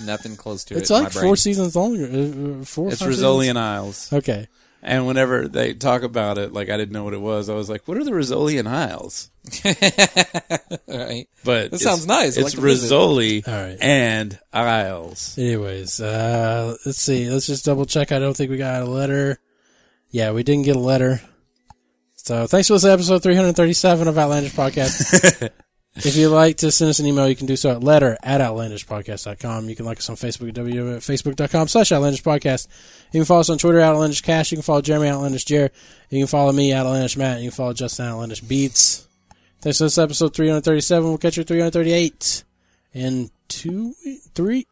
Nothing close to it. it's in my like brain. four seasons longer. uh, uh, Four. it's five Rizzoli seasons? and Isles. Okay. And whenever they talk about it, like I didn't know what it was. I was like, "What are the Rizzoli and Isles?" Right. But That it's- sounds nice. I like It's to visit. Rizzoli All right. and Isles. Anyways, uh, let's see. Let's just double check. I don't think we got a letter. Yeah, we didn't get a letter. So thanks for listening to episode 337 of Outlandish Podcast. if you'd like to send us an email, you can do so at letter at outlandishpodcast.com. You can like us on Facebook at www.facebook.com slash outlandish podcast. You can follow us on Twitter, outlandish cash. You can follow Jeremy, outlandish Jer. You can follow me, outlandish Matt. And you can follow Justin, outlandish beats. Thanks for this episode 337. We'll catch you at 338 in two, we- three,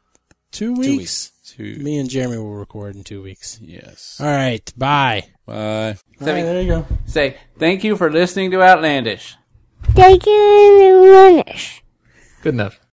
two weeks. weeks. Two. Me and Jeremy will record in two weeks. Yes. All right. Bye. Bye. All right, there you go. Say, thank you for listening to Outlandish. Take it in the lunch. Good enough.